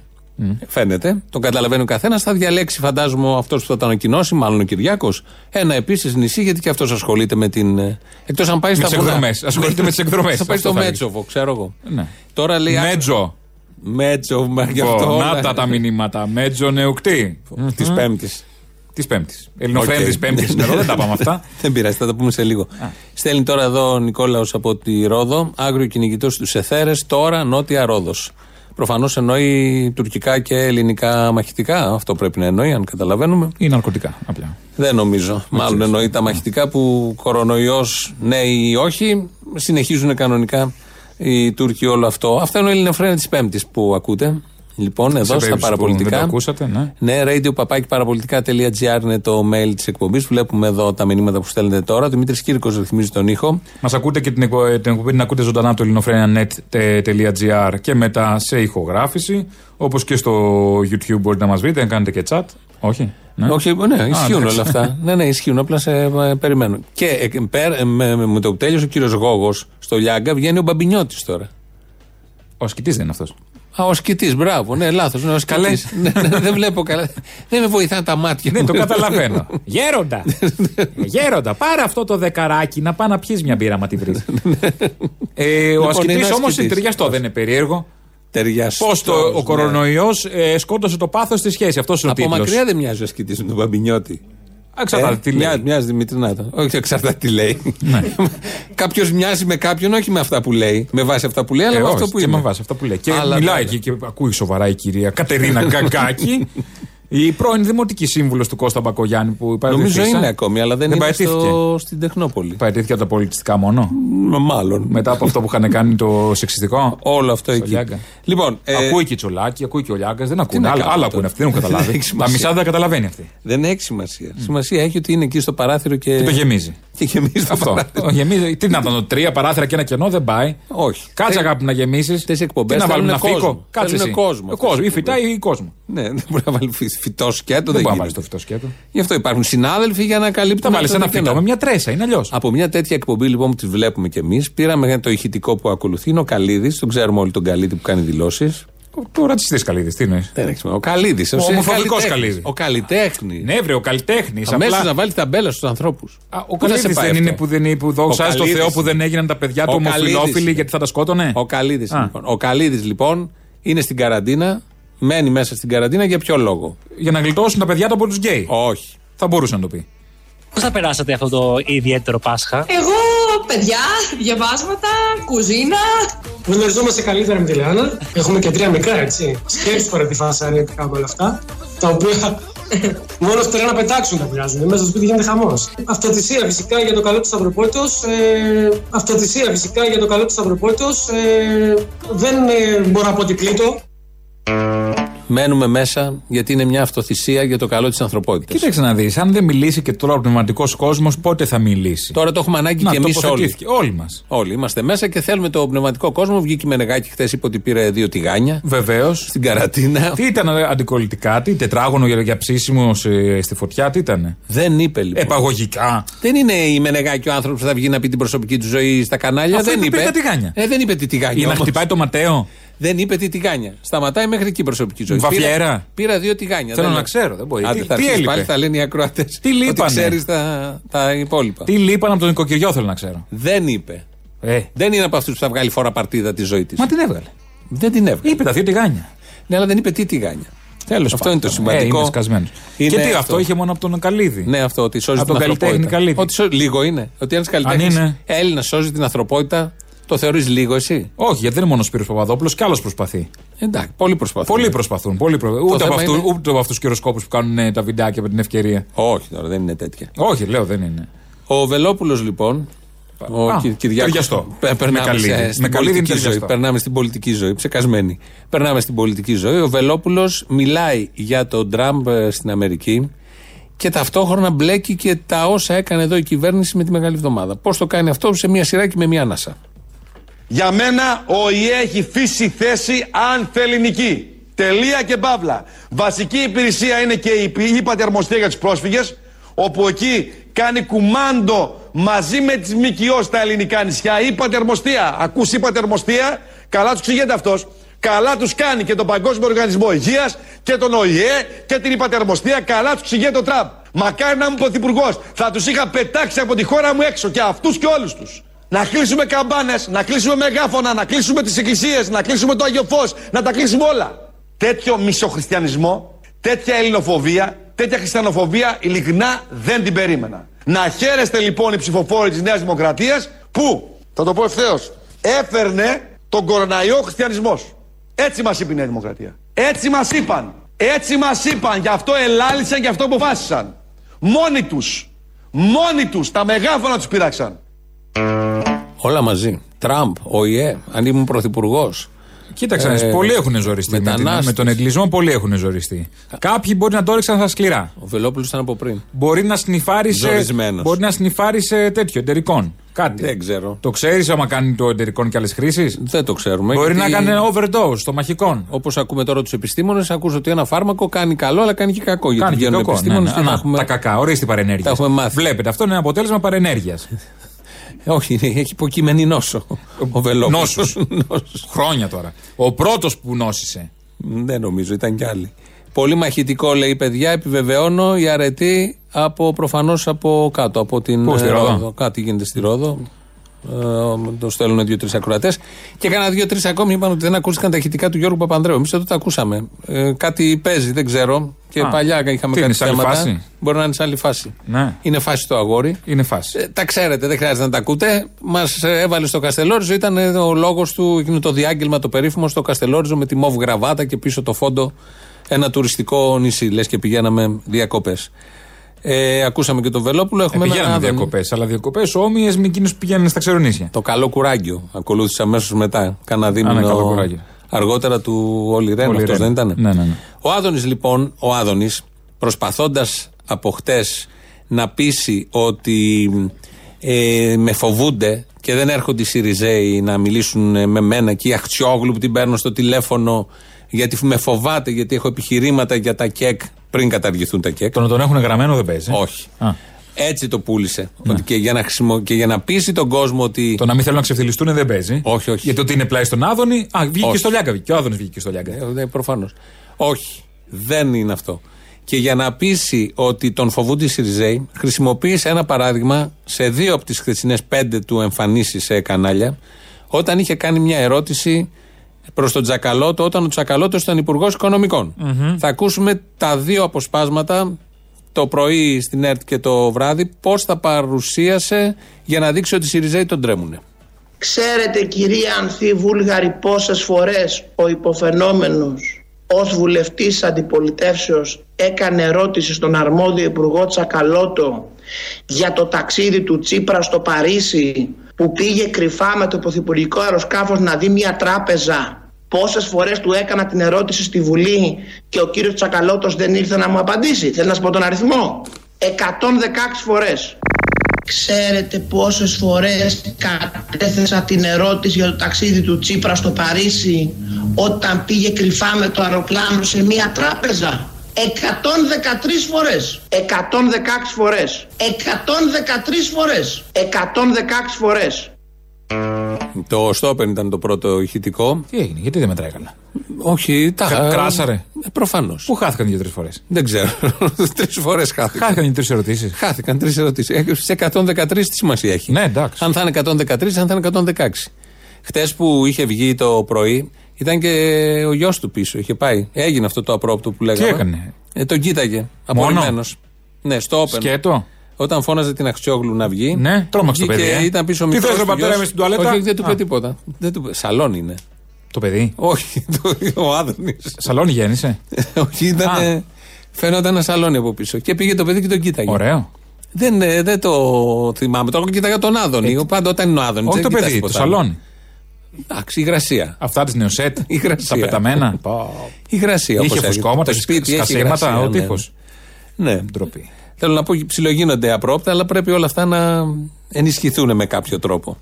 C: φαίνεται, τον καταλαβαίνει ο καθένας, θα διαλέξει, φαντάζομαι, αυτός που θα τα ανακοινώσει, μάλλον ο Κυριάκος, ένα επίσης νησί, γιατί και αυτός ασχολείται με την. Εκτός αν πάει στα
D: τις
C: βουνά.
D: εκδρομές. Ασχολείται με τις εκδρομές.
C: [LAUGHS] Θα πάει
D: Αυτό
C: στο
D: θα
C: Μέτσοβο, ξέρω εγώ.
D: Ναι.
C: Τώρα λέει. α,
D: Μέτζο.
C: Μέτσοβο, μα γι' αυτό.
D: Λοιπόν, να τα τα μηνύματα. Μέτζο νεουκτή.
C: Της Πέμπτης.
D: Της Πέμπτης. Ελληνοφρένη τη
C: Οκ.
D: Πέμπτη σήμερα. Ναι, Δεν τα πάμε
C: [LAUGHS]
D: αυτά.
C: Δεν πειράζει, θα τα πούμε σε λίγο. Στέλνει τώρα εδώ ο Νικόλαος από τη Ρόδο, άγριο κυνηγητό στους Εθέρες, τώρα νότια Ρόδος. Προφανώς εννοεί τουρκικά και ελληνικά μαχητικά. Αυτό πρέπει να εννοεί, αν καταλαβαίνουμε.
D: Ή ναρκωτικά. Απλά.
C: Δεν νομίζω. Μάλλον εννοεί τα μαχητικά που κορονοϊός, ναι ή όχι, συνεχίζουν κανονικά οι Τούρκοι όλο αυτό. Αυτό είναι η Ελληνοφρένια της Πέμπτης που ακούτε. Λοιπόν,
D: Σε
C: εδώ στα
D: περίπτωση που
C: παραπολιτικά.
D: Δεν το ακούσατε, ναι.
C: Ναι, radio.parapolitica.gr είναι το mail της εκπομπής. Βλέπουμε εδώ τα μηνύματα που στέλνετε τώρα. Ο Δημήτρη Κύρκο ρυθμίζει τον ήχο.
D: Μας ακούτε και την εκπο- ε, την εκπομπή την ακούτε ζωντανά από το ελληνοφρένια.net.gr και μετά σε ηχογράφηση. Όπως και στο YouTube μπορείτε να μας βρείτε, αν κάνετε και chat. Όχι. Ναι.
C: Όχι, ναι, ισχύουν
D: εντάξει.
C: όλα
D: [LAUGHS]
C: αυτά. ναι, ναι, ισχύουν. Απλά σε ε, περιμένω. Και ε, πέρα- ε, με, με- με το που τέλειωσε ο κύριος Γόγος στο Λιάγκα βγαίνει ο Μπαμπινιώτης τώρα.
D: Ο σκητής δεν είναι αυτός.
C: Α, ο σκητής, μπράβο, ναι, λάθος. Ναι, ο σκητής. ναι, ναι, δεν βλέπω καλά. Δεν με βοηθάνε τα μάτια
D: Ναι,
C: μου.
D: το
C: [LAUGHS]
D: καταλαβαίνω. Γέροντα! Γέροντα, πάρε αυτό το δεκαράκι να πάει να πιεις μια μπύρα, μα τη
C: [LAUGHS]
D: βρεις. ε, ο
C: Ναι. Λοιπόν, είναι
D: ασκητή όμω
C: ασκητής.
D: είναι ταιριαστό, δεν είναι περίεργο.
C: Ταιριαστός,
D: Πώς
C: ναι.
D: ο κορονοϊό σκότωσε το πάθος στη σχέση. Αυτός είναι ο
C: Από
D: τίτλος.
C: μακριά Ε, ναι, δεν μοιάζει ο σκητής με τον Μπαμπινιώτη.
D: Εξαρτάται τι λέει.
C: μοιάζει- Μοιάζει Δημητρινά. το. Όχι, εξαρτάται τι λέει.
D: Ναι.
C: [LAUGHS] Κάποιος μοιάζει με κάποιον, όχι με αυτά που λέει. Με βάση αυτά που λέει, αλλά
D: Ε,
C: με
D: όχι,
C: ναι, αυτό που
D: και
C: είναι.
D: με βάση αυτό που λέει. Και
C: Αλλά ναι,
D: μιλάει
C: βέβαια.
D: και, και ακούει σοβαρά η κυρία
C: [LAUGHS]
D: Κατερίνα Γκαγκάκη. Η πρώην δημοτική σύμβουλος του Κώστα Μπακογιάννη που
C: Νομίζω
D: παρετήθησα.
C: είναι ακόμη, αλλά δεν, είναι
D: παρετήθηκε.
C: στο, στην Τεχνόπολη.
D: Παρετήθηκε από τα πολιτιστικά μόνο.
C: Μ, Μάλλον.
D: Μετά από αυτό που είχαν κάνει το
C: [LAUGHS]
D: σεξιστικό.
C: Όλο αυτό
D: Στο
C: εκεί.
D: Λιάγκα.
C: Λοιπόν, ε,
D: Ακούει και η Τσολάκη, ακούει και ο Λιάγκας. Δεν ακούνε.
C: να
D: Άλλα,
C: κάνουμε
D: άλλα
C: τώρα.
D: ακούνε αυτοί, δεν έχουν
C: [LAUGHS] Δεν
D: καταλάβει.
C: έχει
D: Τα
C: σημασία.
D: μισά δεν τα καταλαβαίνει αυτή.
C: δεν έχει σημασία. Σημασία έχει ότι είναι εκεί στο παράθυρο και.
D: Και το γεμίζει.
C: Και γεμίζει το
D: Αυτό.
C: παράθυρο.
D: Το γεμίζει. Τι να ήταν, το τρία παράθυρα και ένα κενό δεν πάει.
C: Όχι. Ε,
D: Κάτσε
C: Θε-
D: αγάπη να γεμίσεις.
C: Αυτές οι εκπομπές
D: να βάλουμε
C: θέλουν
D: ένα
C: κόσμο.
D: φύκο. Κάτσε.
C: Θέλουν
D: εσύ.
C: κόσμο
D: Ο κόσμος. Ή
C: αυτές οι
D: φυτά ή κόσμο.
C: Ναι, δεν μπορεί να βάλει φυ- φυτό σκέτο.
D: Δεν μπορεί να
C: γίνεται. Ε, ναι,
D: βάλει το φυτό σκέτο.
C: Γι' αυτό υπάρχουν συνάδελφοι για να
D: Θα
C: καλύπτουν.
D: βάλει
C: αυτά
D: ένα
C: τα κενά.
D: φυτό με μια τρέσα, είναι αλλιώς.
C: Από μια τέτοια εκπομπή λοιπόν που τη βλέπουμε κι εμείς, πήραμε το ηχητικό που ακολουθεί. Είναι ο Καλίδης, τον ξέρουμε όλοι τον Καλίδη που κάνει δηλώσεις.
D: Το ρατσιστή καλύδη, τι είναι.
C: Δεν έχει σημασία. Ο Καλίδης.
D: Ναι. Ο ομοφοβικός Καλίδης.
C: Ο καλλιτέχνης.
D: Ναι, βρε, ο καλλιτέχνης.
C: Αμέσως να βάλει τα μπέλα στους ανθρώπους.
D: Ο Καλίδη δεν είναι που, δεν, που δόξα στο Θεό που δεν έγιναν τα παιδιά του
C: Ο Καλίδης είναι.
D: ομοφυλόφιλοι γιατί θα τα σκότωνε.
C: Ο Καλίδης
D: Α.
C: λοιπόν. Ο Καλίδης, λοιπόν είναι στην καραντίνα, μένει μέσα στην καραντίνα για ποιο λόγο.
D: Για να γλιτώσουν τα παιδιά του από τους γκέι.
C: Όχι.
D: Θα μπορούσε να το πει.
N: Πώς θα περάσατε αυτό το ιδιαίτερο Πάσχα.
O: Εγώ, παιδιά, διαβάσματα, κουζίνα.
P: Γνωριζόμαστε καλύτερα με τη Λεάνα. Έχουμε και τρία μικρά, έτσι. Σκέψου τώρα τη φασαρία και κάπου όλα αυτά. Τα οποία [LAUGHS] μόνο φτερά να πετάξουν τα βγάζουν. Μέσα στο σπίτι γίνεται χαμός. Αυτοθυσία φυσικά για το καλό του Σταυροπόλτο. Ε, αυτοθυσία φυσικά για το καλό του Σταυροπόλτο. Ε, δεν ε, μπορώ να πω ότι πλήττω.
C: Μένουμε μέσα γιατί είναι μια αυτοθυσία για το καλό της ανθρωπότητας.
D: Κοίταξε να δεις, αν δεν μιλήσει και τώρα ο πνευματικός κόσμος, πότε θα μιλήσει.
C: Τώρα το έχουμε ανάγκη
D: Να,
C: και εμείς όλοι.
D: τοποθετήθηκε. Όλοι μας.
C: Όλοι είμαστε μέσα και θέλουμε το πνευματικό κόσμο. Βγήκε η Μενεγάκη χθες, είπε ότι πήρε δύο τηγάνια
D: Βεβαίως.
C: στην καρατίνα.
D: Τι ήταν ε, αντικολλητικά, τι τετράγωνο για, για ψήσιμο σε- στη φωτιά, τι ήταν.
C: Δεν είπε
D: Ε,
C: λοιπόν.
D: Επαγωγικά.
C: Δεν είναι η Μενεγάκη ο άνθρωπος που θα βγει να πει την προσωπική του ζωή στα κανάλια.
D: Αφού
C: δεν
D: είπε,
C: είπε.
D: πήρε τα τηγάνια.
C: Ε, δεν είπε τι τηγάνια.
D: Για να
C: όμως.
D: χτυπάει το Ματέο.
C: Δεν είπε τι τηγάνια. Σταματάει μέχρι εκεί η προσωπική ζωή.
D: Βαφιέρα.
C: Πήρα, πήρα δύο
D: Θέλω
C: τηγάνια. Δεν
D: να
C: λέω.
D: ξέρω, δεν μπορεί.
C: Άντε,
D: Τι-
C: θα
D: τι
C: αρχίσεις
D: έλειπε?
C: πάλι θα λένε οι ακροατές.
D: Τι λείπανε?
C: ξέρεις τα, τα υπόλοιπα.
D: Τι λείπαν από τον οικοκυριό, θέλω να ξέρω.
C: Δεν είπε.
D: Ε.
C: Δεν είναι από αυτούς που θα βγάλει φορά παρτίδα τη ζωή της.
D: Μα την έβγαλε.
C: Δεν την έβγαλε.
D: Είπε τα δύο τηγάνια.
C: Ναι, αλλά δεν είπε τι τηγάνια. Τέλος Αυτό
D: πάντων.
C: είναι το
D: Ε,
C: σημαντικό.
D: είμαι σκασμένος.
C: Είναι
D: και τι, αυτό. είχε μόνο από τον Καλίδη.
C: Ναι, αυτό ότι σώζει
D: Από
C: την
D: τον καλλιτέχνη
C: ανθρωπότητα.
D: Καλίδη.
C: Ότι σώ... Λίγο είναι. Ότι ένας καλλιτέχνης
D: είναι.
C: Έλληνας σώζει την ανθρωπότητα, το θεωρείς λίγο εσύ.
D: Όχι, γιατί δεν είναι μόνο ο Σπύρος Παπαδόπουλος και άλλος προσπαθεί.
C: Εντάξει, πολύ προσπαθούν.
D: Πολλοί προσπαθούν. Πολλοί προ... ούτε,
C: θέμα
D: από αυτού,
C: είναι-
D: ούτε από αυτούς τους κυροσκόπου που κάνουν ε, τα βιντεάκια με την ευκαιρία.
C: Όχι τώρα, δεν είναι τέτοια.
D: Όχι, λέω δεν είναι.
C: Ο Βελόπουλος λοιπόν, Ο
D: Α,
C: Κυ- Κυριάκος.
D: ταιριαστό.
C: Πε- Περνάμε
D: Με καλή.
C: σε-
D: Με
C: στην
D: καλή
C: πολιτική
D: είναι ταιριαστό.
C: ζωή. Περνάμε στην πολιτική ζωή. Ψεκασμένη. Περνάμε στην πολιτική ζωή. Ο Βελόπουλος μιλάει για τον Τραμπ ε, στην Αμερική και ταυτόχρονα μπλέκει και τα όσα έκανε εδώ η κυβέρνηση με τη Μεγάλη Εβδομάδα. Πώς το κάνει αυτό σε μία σειρά και με μία ανάσα.
Q: Για μένα ο ΙΕ έχει φύσει θέση αν θέλει νική. Τελεία και παύλα. Βασική υπηρεσία είναι και η ύπατη αρμοστία για τους πρόσφυγες, όπου εκεί κάνει κουμάντο μαζί με τις ΜΚΟ στα ελληνικά νησιά. Ύπατη αρμοστία. Ακούς ύπατη αρμοστία, καλά τους ξηγείται αυτός. Καλά τους κάνει και τον Παγκόσμιο Οργανισμό Υγείας και τον ΟΗΕ και την ύπατη αρμοστία. Καλά τους ξηγείται ο Τραμπ. Μακάρι να ήμουν πρωθυπουργός. Θα τους είχα πετάξει από τη χώρα μου έξω και αυτούς και όλους τους. Να κλείσουμε καμπάνες, να κλείσουμε μεγάφωνα, να κλείσουμε τις εκκλησίες, να κλείσουμε το Άγιο Φως, να τα κλείσουμε όλα. Τέτοιο μισοχριστιανισμό, τέτοια ελληνοφοβία, τέτοια χριστιανοφοβία ειλικρινά δεν την περίμενα. Να χαίρεστε λοιπόν οι ψηφοφόροι της Νέας Δημοκρατίας που, θα το πω ευθέως, έφερνε τον κοροναϊό ο χριστιανισμός. Έτσι μας είπε η Νέα Δημοκρατία. Έτσι μας είπαν. Έτσι μας είπαν. Γι' αυτό ελάλησαν, γι' αυτό αποφάσισαν. Μόνοι τους. Μόνοι τους. Τα μεγάφωνα τους πειράξαν.
C: Όλα μαζί. Τραμπ, ΟΗΕ, αν ήμουν πρωθυπουργός.
D: Κοίταξε, να δεις,
C: Ε,
D: πολλοί έχουν ζοριστεί. με την- Με τον εγκλισμό πολλοί έχουν ζοριστεί. Κάποιοι μπορεί να το έριξαν στα σκληρά.
C: Ο Βελόπουλος ήταν από πριν.
D: Μπορεί να σνιφάρει σε,
C: Ζορισμένος.
D: μπορεί να σνιφάρει σε τέτοιο εταιρικών. Κάτι.
C: Δεν ξέρω.
D: Το ξέρεις άμα κάνει το εταιρικών και άλλες χρήσεις.
C: Δεν το ξέρουμε.
D: Μπορεί
C: γιατί-
D: να κάνει overdose των μαχικών.
C: Όπως ακούμε τώρα τους επιστήμονες, ακούς ότι ένα φάρμακο κάνει καλό, αλλά κάνει και κακό. Γιατί
D: Κάνει και
C: βγαίνουν
D: κακό,
C: επιστήμονες
D: ναι, ναι.
C: και να
D: Α,
C: έχουμε.
D: Τα κακά, ορίστε παρενέργεια.
C: Τα έχουμε μάθει.
D: Βλέπετε, αυτό είναι ένα αποτέλεσμα παρενέργειας.
C: Όχι, είναι- έχει υποκείμενη νόσο. Ο
D: [LAUGHS]
C: Βελόπουλος.
D: Νόσου.
C: [LAUGHS]
D: Χρόνια τώρα. Ο πρώτος που νόσησε.
C: Δεν νομίζω, ήταν κι άλλοι. Πολύ μαχητικό λέει παιδιά, επιβεβαιώνω η αρετή από προφανώς από κάτω. Από την
D: Πού, στη
C: ε,
D: Ρόδο?
C: Κάτι γίνεται στη Ρόδο. Ε, το στέλνουν δύο-τρει ακροατές. Και έκανα δύο-τρει ακόμη. Είπαν ότι δεν ακούστηκαν τα ηχητικά του Γιώργου Παπανδρέου. Εμείς εδώ τα ακούσαμε. Ε, κάτι παίζει, δεν ξέρω. Και
D: Α,
C: παλιά είχαμε
D: τι
C: κάτι
D: είναι, σε άλλη
C: θέματα.
D: φάση?
C: Μπορεί να είναι σε άλλη φάση.
D: Ναι.
C: Είναι φάση το αγόρι.
D: Είναι φάση.
C: Ε, τα ξέρετε, δεν χρειάζεται να τα ακούτε. Μας έβαλε στο Καστελόριζο, ήταν ε, ο λόγος του, εκείνο το διάγγελμα το περίφημο στο Καστελόριζο με τη μοβ γραβάτα και πίσω το φόντο ένα τουριστικό νησί. Λες και πηγαίναμε διακοπές. Ε, ακούσαμε και τον Βελόπουλο.
D: Ε,
C: Έχουμε έναν
D: πηγαίναμε
C: άλλον.
D: διακοπές, αλλά διακοπές όμοιες με εκείνους που πηγαίνουν στα ξερονίσια.
C: Το καλό κουράγιο. Ακολούθησε αμέσως μετά. Κάνα
D: ναι, καλό
C: δίμηνο
D: κουράγιο.
C: αργότερα του Όλη Ρέν.
D: Όλη
C: Αυτός
D: Ρέν.
C: δεν ήταν.
D: Ναι, ναι, ναι.
C: Ο Άδωνης λοιπόν, ο Άδωνης, προσπαθώντας από χτες να πείσει ότι ε, με φοβούνται και δεν έρχονται οι Σιριζέοι να μιλήσουν ε, με μένα και η Αχτσιόγλου που την παίρνω στο τηλέφωνο γιατί με φοβάται, γιατί έχω επιχειρήματα για τα κεκ πριν καταργηθούν τα κεκ.
D: Το να τον έχουν γραμμένο δεν παίζει.
C: Όχι. Έτσι το πούλησε. Ότι και, για να χρησιμο... και για να πείσει τον κόσμο ότι.
D: Ναι. Το να μην θέλουν να ξεφτυλιστούν δεν παίζει.
C: Όχι, όχι.
D: Γιατί ότι είναι πλάι στον Άδωνη. Α, βγήκε
C: Όχι.
D: και στο Λιάγκα. Και ο Άδωνης βγήκε και στο Λιάγκα.
C: Ε, ναι, προφανώς. Όχι. Δεν είναι αυτό. Και για να πείσει ότι τον φοβούνται οι Σιριζέοι, χρησιμοποίησε ένα παράδειγμα σε δύο από τις χθεσινέ πέντε του εμφανίσει σε κανάλια, όταν είχε κάνει μια ερώτηση προς τον Τζακαλώτο, όταν ο Τζακαλώτος ήταν Υπουργός Οικονομικών.
R: Μμμ.
C: Θα ακούσουμε τα δύο αποσπάσματα το πρωί στην ΕΡΤ και το βράδυ, πώς τα παρουσίασε για να δείξει ότι οι Σιριζέοι τον τρέμουνε.
A: Ξέρετε κυρία Ανθή Βούλγαρη πόσες φορές ο υποφαινόμενος ως βουλευτής αντιπολιτεύσεως έκανε ερώτηση στον αρμόδιο υπουργό Τσακαλώτο για το ταξίδι του Τσίπρα στο Παρίσι που πήγε κρυφά με το υποθυπουργικό αεροσκάφος να δει μια τράπεζα Πόσες φορές του έκανα την ερώτηση στη Βουλή και ο κύριος Τσακαλώτος δεν ήρθε να μου απαντήσει. Θέλω να σου πω τον αριθμό. 116 φορές. Ξέρετε πόσες φορές κατέθεσα την ερώτηση για το ταξίδι του Τσίπρα στο Παρίσι όταν πήγε κρυφά με το αεροπλάνο σε μία τράπεζα. 113 φορές 116 φορές 113 φορές 116 φορές
C: Το Στόπεν ήταν το πρώτο ηχητικό.
D: Τι έγινε, γιατί δεν μετράει καλά.
C: Όχι, τα Ε,
D: Κα- κράσαρε.
C: Προφανώς.
D: Πού χάθηκαν δύο-τρει φορές.
C: Δεν ξέρω. [LAUGHS] τρεις φορές χάθηκαν.
D: Χάθηκαν οι τρεις ερωτήσεις.
C: Χάθηκαν Ε, τρει ερωτήσει. Στι 113 τι σημασία έχει.
D: Ναι, εντάξει.
C: Αν θα είναι 113, αν θα είναι 116. Χτες που είχε βγει το πρωί, ήταν και ο γιος του πίσω. Είχε πάει. Έγινε αυτό το απρόπτο που λέγαμε.
D: έκανε?
C: Ε, τον κοίταγε.
D: Μόνο?
C: Απορριμμένο. Ναι, στο open.
D: Σκέτο.
C: Όταν φώναζε την Αξιόγλου να βγει.
D: Ναι, τρόμαξε το
C: βγήκε,
D: παιδί, ε.
C: Ήταν πίσω ο
D: Τι
C: μικρός
D: θες, ρε
C: του
D: πατέρα,
C: γιος.
D: είμαι στην τουαλέτα?
C: Όχι, όχι, δεν του
D: Α.
C: είπε τίποτα. Δεν του... Σαλόν είναι.
D: Το παιδί.
C: Όχι, [LAUGHS] το- ο Άδωνης.
D: Σαλόνι γέννησε.
C: [LAUGHS] Όχι, ήταν. ε, Φαίνονταν ένα σαλόνι από πίσω. Και πήγε το παιδί και τον κοίταγε.
D: Ωραίο.
C: Δεν, ε, δεν το θυμάμαι. Το κοίταγα τον Άδωνη. Ε, Πάντα όταν είναι ο Άδωνης.
D: Όχι το παιδί, το σαλόνι.
C: Εντάξει, υγρασία.
D: Αυτά της νεοσέτ.
C: Υγρασία.
D: Τα πεταμένα.
C: υγρασία.
D: Είχε
C: όπως έλεγε.
D: φουσκώματα,
C: Το σπίτι έχει
D: σκασίματα,
C: υγρασία,
D: ο
C: ναι.
D: τείχο.
C: Ναι.
D: Ντροπή.
C: Θέλω να πω, ψιλογίνονται απρόπτα, αλλά πρέπει όλα αυτά να ενισχυθούν με κάποιο τρόπο.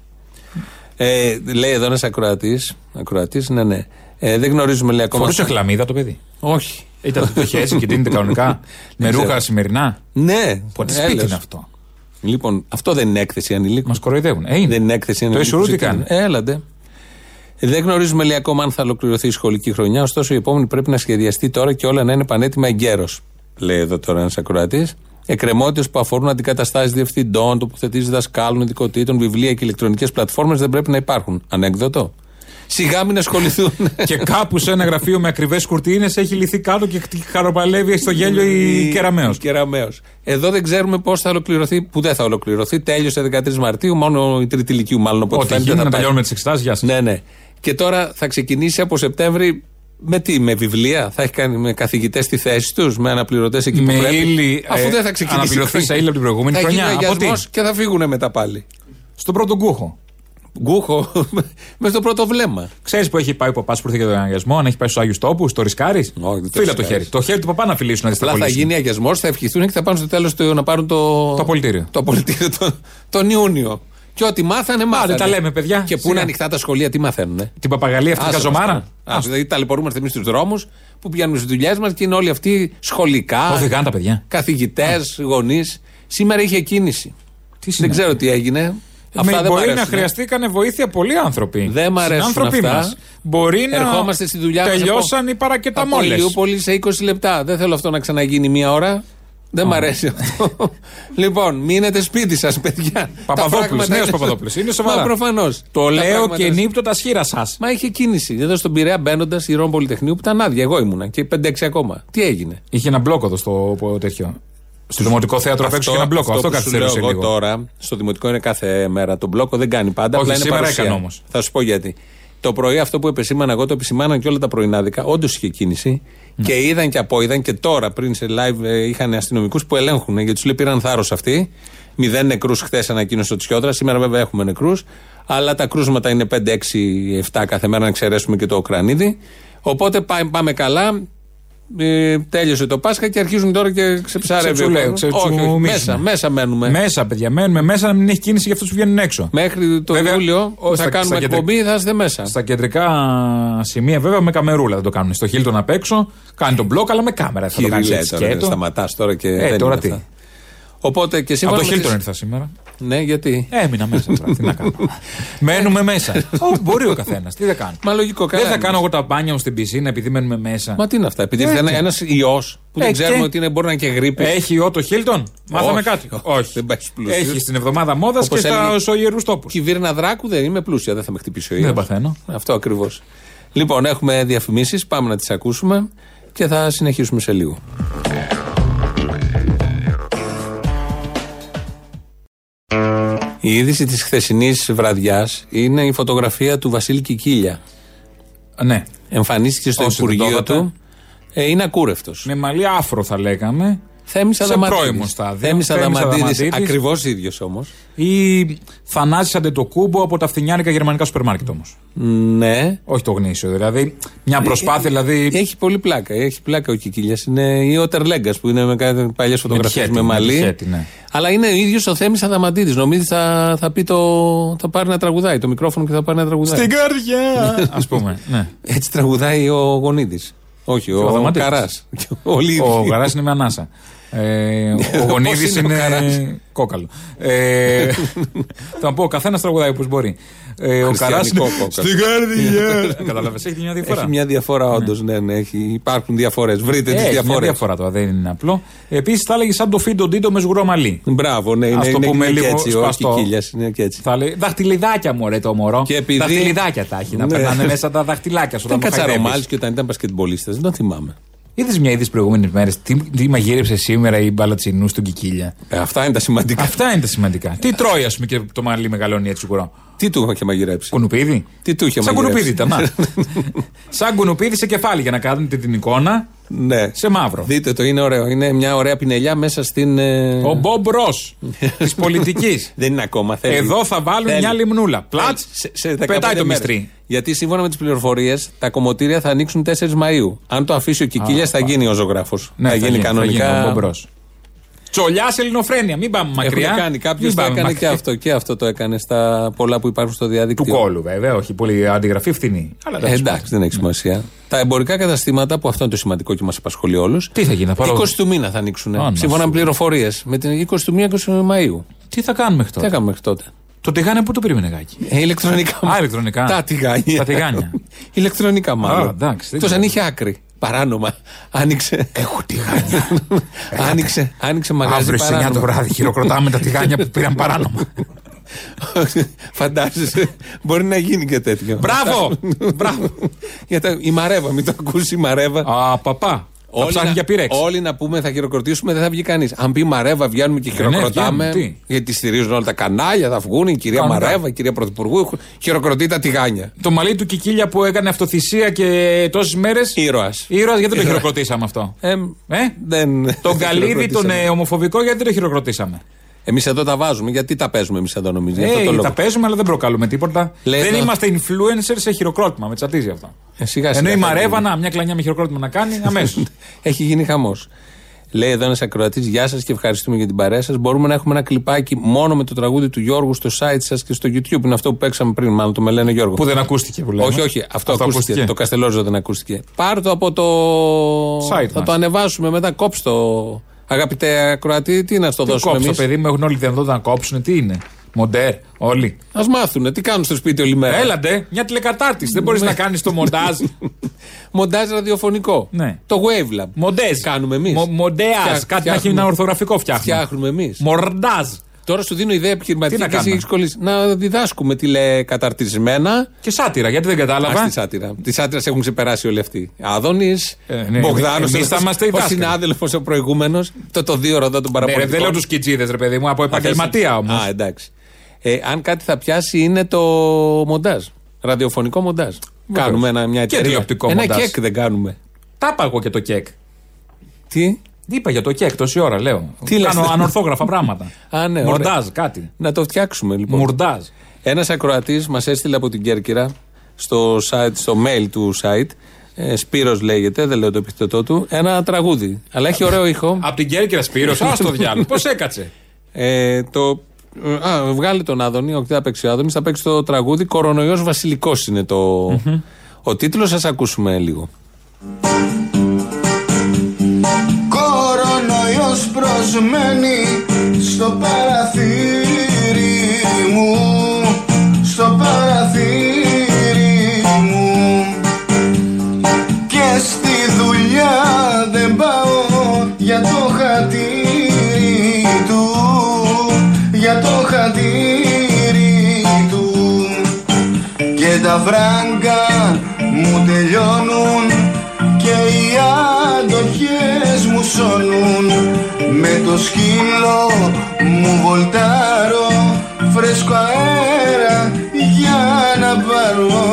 C: Ε, λέει εδώ ένας ακροατής. Ακροατής, ναι, ναι. Ε, δεν γνωρίζουμε, λέει ακόμα.
D: Φορούσε χλαμίδα το παιδί.
C: Όχι.
D: Ήταν το είχε έτσι και τίνεται κανονικά. με
C: Δεν ξέρω.
D: ρούχα σημερινά.
C: Ναι.
D: Πότε σπίτι
C: έλεος.
D: είναι αυτό.
C: Λοιπόν, αυτό δεν είναι έκθεση ανηλίκων.
D: Μας κοροϊδεύουν. Ε, είναι.
C: Δεν είναι έκθεση ανηλίκων.
D: Ισουρού τι
C: ζητήμα.
D: κάνει?
C: Έλατε. Δεν γνωρίζουμε λέει ακόμα αν θα ολοκληρωθεί η σχολική χρονιά, ωστόσο η επόμενη πρέπει να σχεδιαστεί τώρα και όλα να είναι πανέτοιμα εγκαίρως. Λέει εδώ τώρα ένας ακροατής. Εκκρεμότητες που αφορούν αντικαταστάσεις διευθυντών, τοποθετήσεις δασκάλων, ειδικοτήτων, βιβλία και ηλεκτρονικές πλατφόρμες δεν πρέπει να υπάρχουν. Ανέκδοτο. Σιγά
D: [LAUGHS]
C: μην ασχοληθούν.
D: και κάπου σε ένα γραφείο με ακριβές κουρτίνες έχει λυθεί κάτω και χαροπαλεύει στο γέλιο η κεραμαίο.
C: Κεραμέως. Εδώ δεν ξέρουμε πώς θα ολοκληρωθεί, που δεν θα ολοκληρωθεί. Τέλειωσε 13 Μαρτίου, μόνο η τρίτη ηλικίου μάλλον. Οπότε
D: Ό,τι
C: φαίνεται
D: γίνει, να
C: πάει.
D: τελειώνουμε τις εξετάσεις. Γεια σας.
C: Ναι, ναι. Και τώρα θα ξεκινήσει από Σεπτέμβρη με τι, με βιβλία, θα έχει κάνει με καθηγητές στη θέση τους, με αναπληρωτές εκεί
D: Με
C: που πρέπει.
D: ύλη,
C: Αφού
D: ε,
C: δεν θα ξεκινήσει. η
D: αναπληρωθεί
C: χρονιά.
D: σε ύλη από την προηγούμενη
C: θα
D: χρονιά.
C: γίνει
D: Από τι?
C: αγιασμός και θα φύγουν μετά πάλι.
D: Στον πρώτο κούχο.
C: Γκούχο, [LAUGHS] με στο πρώτο βλέμμα.
D: Ξέρεις που έχει πάει ο παπάς που ήρθε για τον αγιασμό, αν έχει πάει στους Άγιους Τόπους, το ρισκάρεις.
C: Όχι, δεν το
D: Φίλα το
C: ρισκάρεις.
D: χέρι. Το χέρι του παπά να φιλήσουν να
C: Απλά θα
D: δισταχολήσουν.
C: γίνει αγιασμός, θα ευχηθούν και θα πάνε στο τέλος να πάρουν το.
D: Το απολυτήριο.
C: Το απολυτήριο τον, τον Ιούνιο. Και ό,τι μάθανε, μάθανε.
D: τα λέμε, παιδιά.
C: Και πού
D: Σιγά.
C: είναι ανοιχτά τα σχολεία, τι μαθαίνουνε.
D: Την παπαγαλία αυτή τη
C: Άσε μας
D: καζομάρα.
C: τώρα. Άσε, Δηλαδή ταλαιπωρούμαστε εμείς στου δρόμους που πηγαίνουμε στις δουλειές μας και είναι όλοι αυτοί σχολικά.
D: Οδηγάνε τα παιδιά.
C: Καθηγητές, γονείς. Σήμερα είχε κίνηση. δεν
D: σημαίνει?
C: ξέρω τι έγινε. Αυτά
D: Με-
C: δεν μ'
D: μπορεί να
C: αρέσουν. ε. ναι.
D: χρειαστήκανε βοήθεια πολλοί άνθρωποι.
C: Δεν μ' αρέσουν
D: Συνάνθρωποι
C: αυτά.
D: μας. Μπορεί να.
C: Ερχόμαστε στη δουλειά μας
D: Τελειώσαν
C: από-
D: οι παρακεταμόλες.
C: Από Ηλιούπολη σε 20 λεπτά. Δεν θέλω αυτό να ξαναγίνει μία ώρα. Δεν μ' αρέσει
D: [LAUGHS]
C: αυτό. λοιπόν, μείνετε σπίτι σας, παιδιά.
D: Παπαδόπουλο, νέο Παπαδόπουλος. Είναι σοβαρά.
C: Μα προφανώς.
D: Το λέω και νύπτω τα σχήρα σας.
C: Μα είχε κίνηση. Εδώ στον Πειραιά μπαίνοντας η Ρώμη Πολυτεχνείου που ήταν άδεια. Εγώ ήμουνα και 5-6 ακόμα. Τι έγινε.
D: Είχε ένα μπλόκο εδώ στο πο- τέτοιο. Στο Δημοτικό Θέατρο απ' έξω και ένα μπλόκο. Αυτό,
C: που σου λέω
D: καθυστέρησε
C: εγώ
D: λίγο.
C: τώρα, στο δημοτικό είναι κάθε μέρα. Το μπλόκο δεν κάνει πάντα.
D: Όχι,
C: απλά είναι
D: σήμερα
C: παρουσία.
D: έκανε όμως.
C: Θα σου πω γιατί. Το πρωί αυτό που επεσήμανα εγώ το επισημάναν και όλα τα πρωινάδικα. Όντως είχε κίνηση.
D: Ναι.
C: Και είδαν και αποείδαν και τώρα πριν σε live ε, είχαν αστυνομικούς που ελέγχουν γιατί του λέει πήραν θάρρος αυτοί. Μηδέν νεκρούς χθες ανακοίνωσε ο Τσιόδρας. Σήμερα βέβαια έχουμε νεκρούς. Αλλά τα κρούσματα είναι 5, 6, 7 κάθε μέρα να εξαιρέσουμε και το Ουκρανίδι. Οπότε πάει- πάμε καλά. Ε, τέλειωσε το Πάσχα και αρχίζουν τώρα και ξεψαρεύει. ο
D: Ξεψουλέου,
C: κόσμος.
D: ξεψου-
C: Όχι, όχι,
D: μίσουμε.
C: μέσα, μέσα μένουμε.
D: Μέσα, παιδιά, μένουμε μέσα να μην έχει κίνηση για αυτού που βγαίνουν έξω.
C: Μέχρι το
D: Βέβαια,
C: Ιούλιο
D: ο-
C: θα
D: στα-
C: κάνουμε
D: στα κεντρικά-
C: εκπομπή, θα είστε μέσα.
D: Στα κεντρικά σημεία, βέβαια, με καμερούλα δεν το κάνουν. Στο Χίλτον απ' έξω, κάνει τον μπλοκ, αλλά με κάμερα. Θα το κάνεις
C: Χειριλέ
D: έτσι
C: τώρα, δεν
D: σκέτο.
C: σταματάς τώρα και.
D: Ε,
C: δεν
D: τώρα
C: είναι
D: τι.
C: αυτά. Οπότε και
D: Από
C: σύμφωνα.
D: το
C: με τις-
D: Χίλτον ήρθα σήμερα.
C: Ναι, γιατί.
D: Έμεινα μέσα τώρα. τι να
C: [LAUGHS]
D: κάνω. Μένουμε μέσα. Ω, μπορεί ο καθένας. Τι δεν κάνει.
C: Μα λογικό,
D: Δεν
C: καλά
D: θα
C: είναι.
D: κάνω εγώ τα μπάνια μου στην πισίνα επειδή μένουμε μέσα.
C: Μα τι είναι αυτά, επειδή
D: Ε,
C: ήρθε
D: και-
C: ένας ιός που
D: Ε,
C: δεν
D: και- Ε,
C: ξέρουμε ότι είναι, μπορεί να είναι και γρήπη.
D: Έχει ιό το Χίλτον. Μάθαμε
C: Όχι,
D: κάτι.
C: όχι,
D: Όχι.
C: δεν πάει στους πλούσιους.
D: Έχει στην εβδομάδα μόδας και
C: Όπως
D: στα
C: έλεγε-
D: σογερού τόπου.
C: Κυβίρνα Δράκου δεν είμαι πλούσια, δεν θα με χτυπήσει ο ιός.
D: Δεν παθαίνω.
C: Αυτό ακριβώς. Λοιπόν, έχουμε διαφημίσεις, πάμε να τις ακούσουμε και θα συνεχίσουμε σε λίγο. Η είδηση της χθεσινής βραδιάς είναι η φωτογραφία του Βασίλη Κικίλια.
D: Ναι.
C: Εμφανίστηκε στο
D: Όσοι δεν το
C: Υπουργείο
D: είδατε.
C: του. Ε, είναι ακούρευτος.
D: Με μαλλί άφρο θα λέγαμε.
C: Θέμης
D: σε
C: Αδαμαντίδης.
D: πρώιμο στάδιο.
C: Θέμης
D: Θέμης
C: Αδαμαντίδης,
D: Αδαμαντίδης.
C: ακριβώς ίδιος όμως.
D: Ή θανάσισαντε το κούμπο από τα φθηνιάρικα γερμανικά σούπερ μάρκετ όμως.
C: Ναι.
D: Όχι το γνήσιο. Δηλαδή μια προσπάθεια, δηλαδή.
C: Έχει πολύ πλάκα. Έχει πλάκα ο Κικίλιας. Είναι η Otter Leggas που είναι με κάτι παλιές φωτογραφίες
D: χέτη,
C: με,
D: με τη
C: μαλλί.
D: χέτη, ναι.
C: Αλλά είναι ο ίδιος ο Θέμης Αδαμαντίδης. Νομίζει θα, θα, πει το, θα πάρει να τραγουδάει το μικρόφωνο και θα πάρει να τραγουδάει.
D: Στην καρδιά! Ας πούμε. Ναι.
C: Έτσι τραγουδάει ο Γονίδης. Όχι, ο,
D: ο
C: ο
D: Αδαμαντίδης.
C: Καράς. [LAUGHS]
D: Ο Γαρά είναι με ανάσα. Ε, ο
C: Πώς
D: Γονίδης
C: είναι ο Καράς?
D: είναι κόκαλο. Ε, θα πω, ο καθένας τραγουδάει όπως μπορεί. Ε, ο Καράς είναι.
C: Χριστιανικό κόκαλο.
D: Στην καρδιά! Κατάλαβες, έχει μια διαφορά.
C: Έχει μια διαφορά, όντως. Ναι, ναι, έχει, υπάρχουν διαφορές. Βρείτε τις
D: Έχει μια
C: διαφορές.
D: διαφορά τώρα, δεν είναι απλό. Επίσης, θα έλεγε σαν το Φίντο Ντίντο με σγουρό μαλλί.
C: Μπράβο, ναι, είναι,
D: Ας το
C: είναι,
D: πούμε
C: είναι και
D: λίγο
C: έτσι. Ο
D: σπαστό.
C: Κικίλια είναι και έτσι.
D: Θα λέει δαχτυλιδάκια μου, ρε το μωρό.
C: Και επειδή-
D: Δαχτυλιδάκια τα έχει. Να
C: Ναι.
D: περνάνε μέσα τα δαχτυλάκια σου.
C: Ήταν
D: όταν το
C: κατσαρομάλι
D: χαϊδεύεις.
C: και όταν ήταν πασκετμπολίστα, δεν τον θυμάμαι.
D: Είδες μια είδηση προηγούμενες μέρες. Τι, τι μαγείρεψε σήμερα η μπαλατσινού στον Κικίλια.
C: Ε, αυτά είναι τα σημαντικά.
D: Αυτά είναι τα σημαντικά. Τι τρώει, ας πούμε, και το μαλλί μεγαλώνει έτσι σγουρό.
C: Τι του είχε μαγειρέψει.
D: Κουνουπίδι.
C: Τι του είχε
D: Σαν
C: μαγειρέψει. [LAUGHS]
D: κουνουπίδι ήταν. να. Σαν κουνουπίδι σε κεφάλι για να κάνετε την εικόνα.
C: Ναι.
D: Σε μαύρο.
C: Δείτε το, είναι ωραίο. Είναι μια ωραία πινελιά μέσα στην. ε,
D: Ο Μπομπ Ρος της πολιτικής.
C: Δεν είναι ακόμα. Θέλει.
D: Εδώ θα βάλουν
C: Θέλει.
D: μια λιμνούλα. Πλάτ,
C: Θέλει. Σε- σε 15
D: πετάει το
C: μέρες.
D: μυστρή.
C: Γιατί σύμφωνα με τις πληροφορίες, τα κομμωτήρια θα ανοίξουν 4 Μαου. Αν το αφήσει ο Κικίλιας, θα γίνει ο ζωγράφος.
D: Ναι,
C: θα, γίνει
D: Θα γίνει ο
C: κανονικά.
D: Μπομπ Ρος. Τσολιά σε ελληνοφρένεια. Μην πάμε
C: Έχουν
D: μακριά.
C: κάνει κάποιος
D: Μην
C: το
D: πάμε
C: έκανε και
D: μακριά.
C: αυτό. Και αυτό το έκανε στα πολλά που υπάρχουν στο διαδίκτυο.
D: Του κόλου, βέβαια. Όχι, πολύ αντιγραφή φθηνή. Αλλά
C: Ε,
D: τέλος
C: εντάξει, δεν
D: Ναι.
C: έχει σημασία. Τα εμπορικά καταστήματα, που αυτό είναι το σημαντικό και μας απασχολεί όλους.
D: Τι θα γίνει, θα πάρω-
C: 20 του μήνα θα ανοίξουν.
D: Άνα
C: Σύμφωνα με
D: σου.
C: πληροφορίες. Με την 20 του μήνα 20 Μαου.
D: πάντων. Τι θα κάνουμε μέχρι
C: Τι
D: τότε.
C: έκαμε μέχρι τότε.
D: Το τηγάνι που το περίμενε γάκι.
C: Ε, ηλεκτρονικά.
D: Α, ηλεκτρονικά.
C: Τα τηγάνια.
D: Τα τηγάνια.
C: ηλεκτρονικά μάλλον.
D: Α, εντάξει, δεν
C: Εκτός αν
D: ξέρω.
C: είχε άκρη. Παράνομα. Άνοιξε.
D: Έχω τηγάνια.
C: [LAUGHS] άνοιξε, άνοιξε μαγαζί.
D: [LAUGHS] Αύριο στι 9 το
C: παράνομα.
D: βράδυ χειροκροτάμε τα τηγάνια που πήραν παράνομα.
C: [LAUGHS] Φαντάζεσαι, μπορεί να γίνει και τέτοιο.
D: Μπράβο! Μπράβο!
C: [LAUGHS] Για τα- η μαρέβα, μην το ακούσεις η μαρέβα.
D: Α, παπά. Θα ψάχνει
C: να,
D: για πυρέξ.
C: όλοι να πούμε θα χειροκροτήσουμε, δεν θα βγει κανείς. Αν πει Μαρέβα, βγαίνουμε και
D: Ε, ναι,
C: χειροκροτάμε.
D: βγαίνουν, τι.
C: γιατί στηρίζουν όλα τα κανάλια, θα βγουν η κυρία
D: Κανονικά.
C: Μαρέβα, η κυρία Πρωθυπουργού. Χειροκροτεί τα τηγάνια.
D: Το μαλλί του Κικίλια που έκανε αυτοθυσία και τόσες μέρες.
C: Ήρωας.
D: Ήρωας, γιατί το χειροκροτήσαμε αυτό.
C: Ε,
D: Ε?
C: δεν.
D: Τον Καλίδη, τον ε, ομοφοβικό, γιατί το χειροκροτήσαμε.
C: Εμείς εδώ τα βάζουμε. Γιατί τα παίζουμε εμείς εδώ, νομίζω. για αυτό
D: Ε,
C: το λόγο.
D: τα παίζουμε, αλλά δεν προκαλούμε τίποτα.
C: Λέει
D: δεν
C: εδώ-
D: είμαστε influencer σε χειροκρότημα, με τσατίζει αυτό.
C: Ε, σιγά, σιγά
D: Ενώ η
C: θα
D: Μαρέβα,
C: γίνει.
D: να, μια κλανιά με χειροκρότημα να κάνει, αμέσως.
C: [LAUGHS] Έχει γίνει χαμός. Λέει εδώ ένας ακροατής: Γεια σας και ευχαριστούμε για την παρέα σας. Μπορούμε να έχουμε ένα κλιπάκι μόνο με το τραγούδι του Γιώργου στο site σας και στο YouTube. Είναι αυτό που παίξαμε πριν, μάλλον το με λένε Γιώργο.
D: που δεν ακούστηκε που λέμε.
C: όχι, όχι, αυτό, ακούστηκε. Το Καστελόριζο δεν ακούστηκε. Πάρ το από το.
D: Site
C: θα
D: μας.
C: το ανεβάσουμε μετά. Κόψ το. Αγαπητέ ακροατή, τι να στο
D: Το
C: δώσουμε
D: κόψω,
C: εμείς.
D: παιδί μου, έχουν όλοι δυνατότητα να κόψουν. Τι είναι. Μοντέρ, όλοι.
C: Ας μάθουν, τι κάνουν στο σπίτι όλη μέρα.
D: Έλατε, μια τηλεκατάρτιση. Δεν
C: Ναι.
D: μπορείς να κάνεις το μοντάζ.
C: Μοντάζ ραδιοφωνικό.
D: Ναι.
C: Το Wave Lab.
D: Μοντέζ.
C: [LAUGHS] Κάνουμε εμείς.
D: Μο- Μοντέας. Κάτι να έχει ένα ορθογραφικό φτιάχνουμε.
C: Φτιάχνουμε εμείς.
D: Μορντάζ.
C: Τώρα σου δίνω ιδέα
D: Τι
C: επιχειρηματική
D: να
C: και εσύ
D: κάνουμε?
C: έχεις κολλήσει. Να διδάσκουμε τηλεκαταρτισμένα.
D: Και σάτυρα, γιατί δεν κατάλαβα.
C: Ας τη σάτυρα. Τη σάτυρα έχουν ξεπεράσει όλοι αυτοί. Άδωνης,
D: Ε, ναι,
C: Μπογδάνος,
D: εμείς θα είμαστε οι
C: ο
D: δάσκαλοι.
C: συνάδελφος ο προηγούμενος. Το, το δύο ροδά των
D: Ναι, ρε,
C: παραπολιτικών.
D: δεν λέω τους κιτζίδες, ρε παιδί μου, από
C: Α, θες-
D: επαγγελματία όμως.
C: Α, εντάξει. Ε, αν κάτι θα πιάσει είναι το μοντάζ. Ραδιοφωνικό μοντάζ. Κάνουμε ένα, μια
D: Και
C: εταιρεία.
D: τηλεοπτικό
C: ένα
D: μοντάζ.
C: κεκ δεν κάνουμε.
D: Τα είπα εγώ και το κεκ.
C: Τι.
D: Είπα για το κεκ τόση ώρα, λέω.
C: Τι λες,
D: Κάνω
C: δεν-
D: ανορθόγραφα πράγματα.
C: [LAUGHS] Α, ναι,
D: Μορντάζ,
C: ωραία.
D: κάτι.
C: Να το φτιάξουμε λοιπόν.
D: Μουρντάζ.
C: Ένας ακροατής μας έστειλε από την Κέρκυρα στο, site, στο mail του site. Ε, Σπύρος λέγεται, δεν λέω το επιθετό του. Ένα τραγούδι. Αλλά έχει ωραίο ήχο.
D: Απ' την Κέρκυρα Σπύρος, ας το διάλογο. Πώς έκατσε.
C: Ε, το, ε, α, βγάλει τον Άδωνη, όχι δεν θα παίξει ο Άδωνης, θα παίξει το τραγούδι «Κορονοϊός Βασιλικός» είναι το, ο τίτλος, σας ακούσουμε λίγο.
J: Κορονοϊός προσμένει στο παραθύρι μου Στο παραθύρι μου Και στη δουλειά δεν πάω για το χατήρι του Για το χατήρι του και τα φράγκα μου τελειώνουν και οι αντοχές μου σώνουν με το σκύλο μου βολτάρω φρέσκο αέρα για να πάρω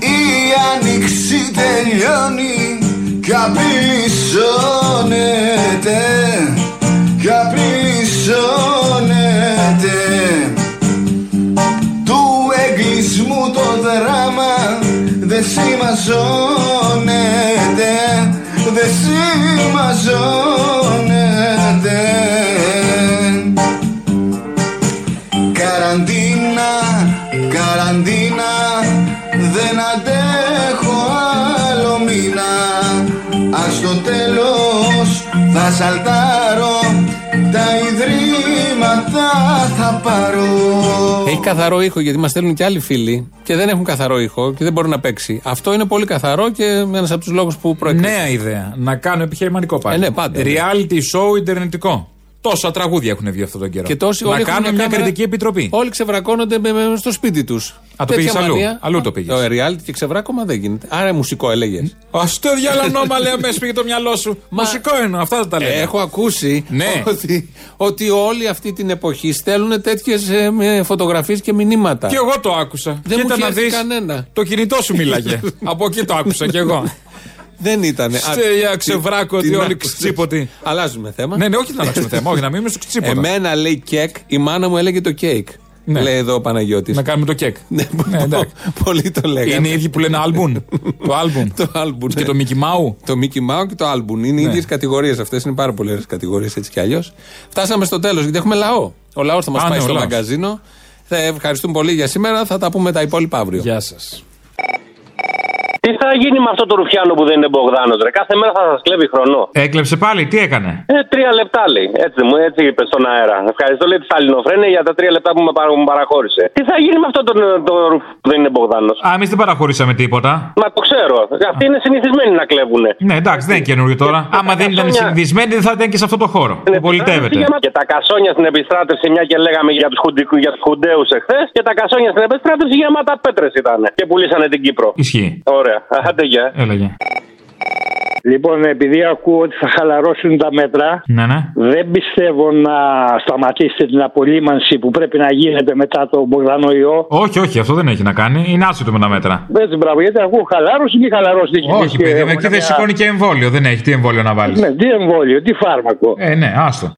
J: Η άνοιξη τελειώνει κι απειλησώνεται κι απειλησώνεται Ε, του εγκλισμού το δράμα δεν σημαζώνεται δεν σημαζώνεται Καραντίνα, καραντίνα, δεν αντέχω άλλο μήνα Ας στο τέλος θα σαλτάρω, τα ιδρύματα θα πάρω
C: Έχει καθαρό ήχο γιατί μας στέλνουν και άλλοι φίλοι και δεν έχουν καθαρό ήχο και δεν μπορεί να παίξει. Αυτό είναι πολύ καθαρό και ένας
D: Ναι,
C: από τους λόγους που προέκυψε.
D: Νέα ιδέα. Να κάνω επιχειρηματικό πάλι.
C: Ε, ναι, πάντα.
D: Reality show ιντερνετικό. Τόσα τραγούδια έχουν βγει αυτόν τον καιρό.
C: Και τόσοι
D: να
C: όλοι έχουν
D: κάνουν μια
C: κάμερα,
D: κριτική επιτροπή.
C: Όλοι ξεβρακώνονται με- με- στο σπίτι τους.
D: Α, το πήγες αλλού. Αλλού το πήγες.
C: Το Ε, reality και ξεβράκωμα δεν γίνεται. Άρα μουσικό έλεγες.
D: Ας το διαλανόμα, λέω, μέσα πήγε το μυαλό σου. Μουσικό εννοώ, αυτά δεν τα λέω.
C: Έχω ακούσει
D: Ε, Ναι.
C: ότι, ότι όλη αυτή την εποχή στέλνουν τέτοιε φωτογραφίες και μηνύματα.
D: Και εγώ το άκουσα.
C: Δεν
D: Κοίτα
C: μου
D: να
C: είχε έρθει
D: δεις,
C: κανένα.
D: Το κινητό σου
C: [LAUGHS]
D: μίλαγε. Από εκεί το άκουσα κι εγώ.
C: Δεν ήταν.
D: Στε, ξεβράκωτοι, όλοι ξτσίπωτοι.
C: Αλλάζουμε θέμα.
D: Ναι, ναι, όχι να αλλάξουμε θέμα, όχι να μείνουμε στο ξτσίποτα.
C: Εμένα λέει κεκ, η μάνα μου έλεγε το κέικ.
D: Ναι.
C: Λέει εδώ ο Παναγιώτης.
D: Να κάνουμε το κεκ.
C: Ναι,
D: εντάξει.
C: πολλοί το λέγανε.
D: Είναι οι ίδιοι που λένε άλμπουν. Το άλμπουν.
C: το άλμπουμ. ναι.
D: Και το Μικη Μάου.
C: Το Mickey Mouse και το Άλμπουμ.
D: Ναι.
C: Είναι οι ίδιες κατηγορίες αυτές. Είναι πάρα πολλές κατηγορίες έτσι κι αλλιώς. Φτάσαμε στο τέλος γιατί έχουμε λαό. Ο λαός θα μας
D: Α,
C: πάει
D: ναι, ο
C: στο
D: λαός.
C: μαγκαζίνο. Θα ευχαριστούμε πολύ για σήμερα. Θα τα πούμε τα υπόλοιπα αύριο.
D: Γεια σας.
R: Τι θα γίνει με αυτό το ρουφιάνο που δεν είναι Μπογδάνος, ρε. Κάθε μέρα θα σας κλέβει χρονό.
D: Έκλεψε πάλι, τι έκανε.
R: Ε, τρία λεπτά λέει. Έτσι μου, έτσι είπε στον αέρα. Ευχαριστώ, λέει τη Σαλινοφρένε για τα τρία λεπτά που με, παρα- μου παραχώρησε. Τι θα γίνει με αυτό το, το ρουφιάνο που δεν είναι Μπογδάνος.
D: Α, εμείς δεν παραχωρήσαμε τίποτα.
R: Μα το ξέρω. Αυτοί είναι συνηθισμένοι να κλέβουν.
D: Ναι, εντάξει, δεν είναι καινούριο τώρα.
R: Ε,
D: Άμα δεν ήταν
R: κασόνια-
D: συνδυσμένοι, δεν θα ήταν και σε αυτό το χώρο
R: Ε,
D: που πολιτεύεται.
R: Και τα κασόνια στην επιστράτευση, μια και λέγαμε για τους για τους ε. χουντέους εχθές, και τα κασόνια στην επιστράτευση γεμάτα πέτρες ήταν. Και πουλήσανε την Κύπρο.
D: Ισχύει.
R: Ωραία. Άντε γεια.
D: Έλεγε.
S: Λοιπόν, επειδή ακούω ότι θα χαλαρώσουν τα μέτρα,
D: Ναι, ναι.
S: δεν πιστεύω να σταματήσετε την απολύμανση που πρέπει να γίνεται μετά τον Μπογδανοϊό.
D: Όχι, όχι, αυτό δεν έχει να κάνει. Είναι άσχετο με τα μέτρα.
S: Έτσι, μπράβο, γιατί ακούω χαλάρωση ή μη χαλάρωση. δεν
D: Όχι,
S: και
D: παιδί μου,
S: έχω
D: εκεί δεν
S: καμιά-
D: σηκώνει και εμβόλιο. Δεν έχει τι εμβόλιο να βάλεις.
S: Ναι, τι εμβόλιο, τι φάρμακο.
D: Ε, ναι, άστο.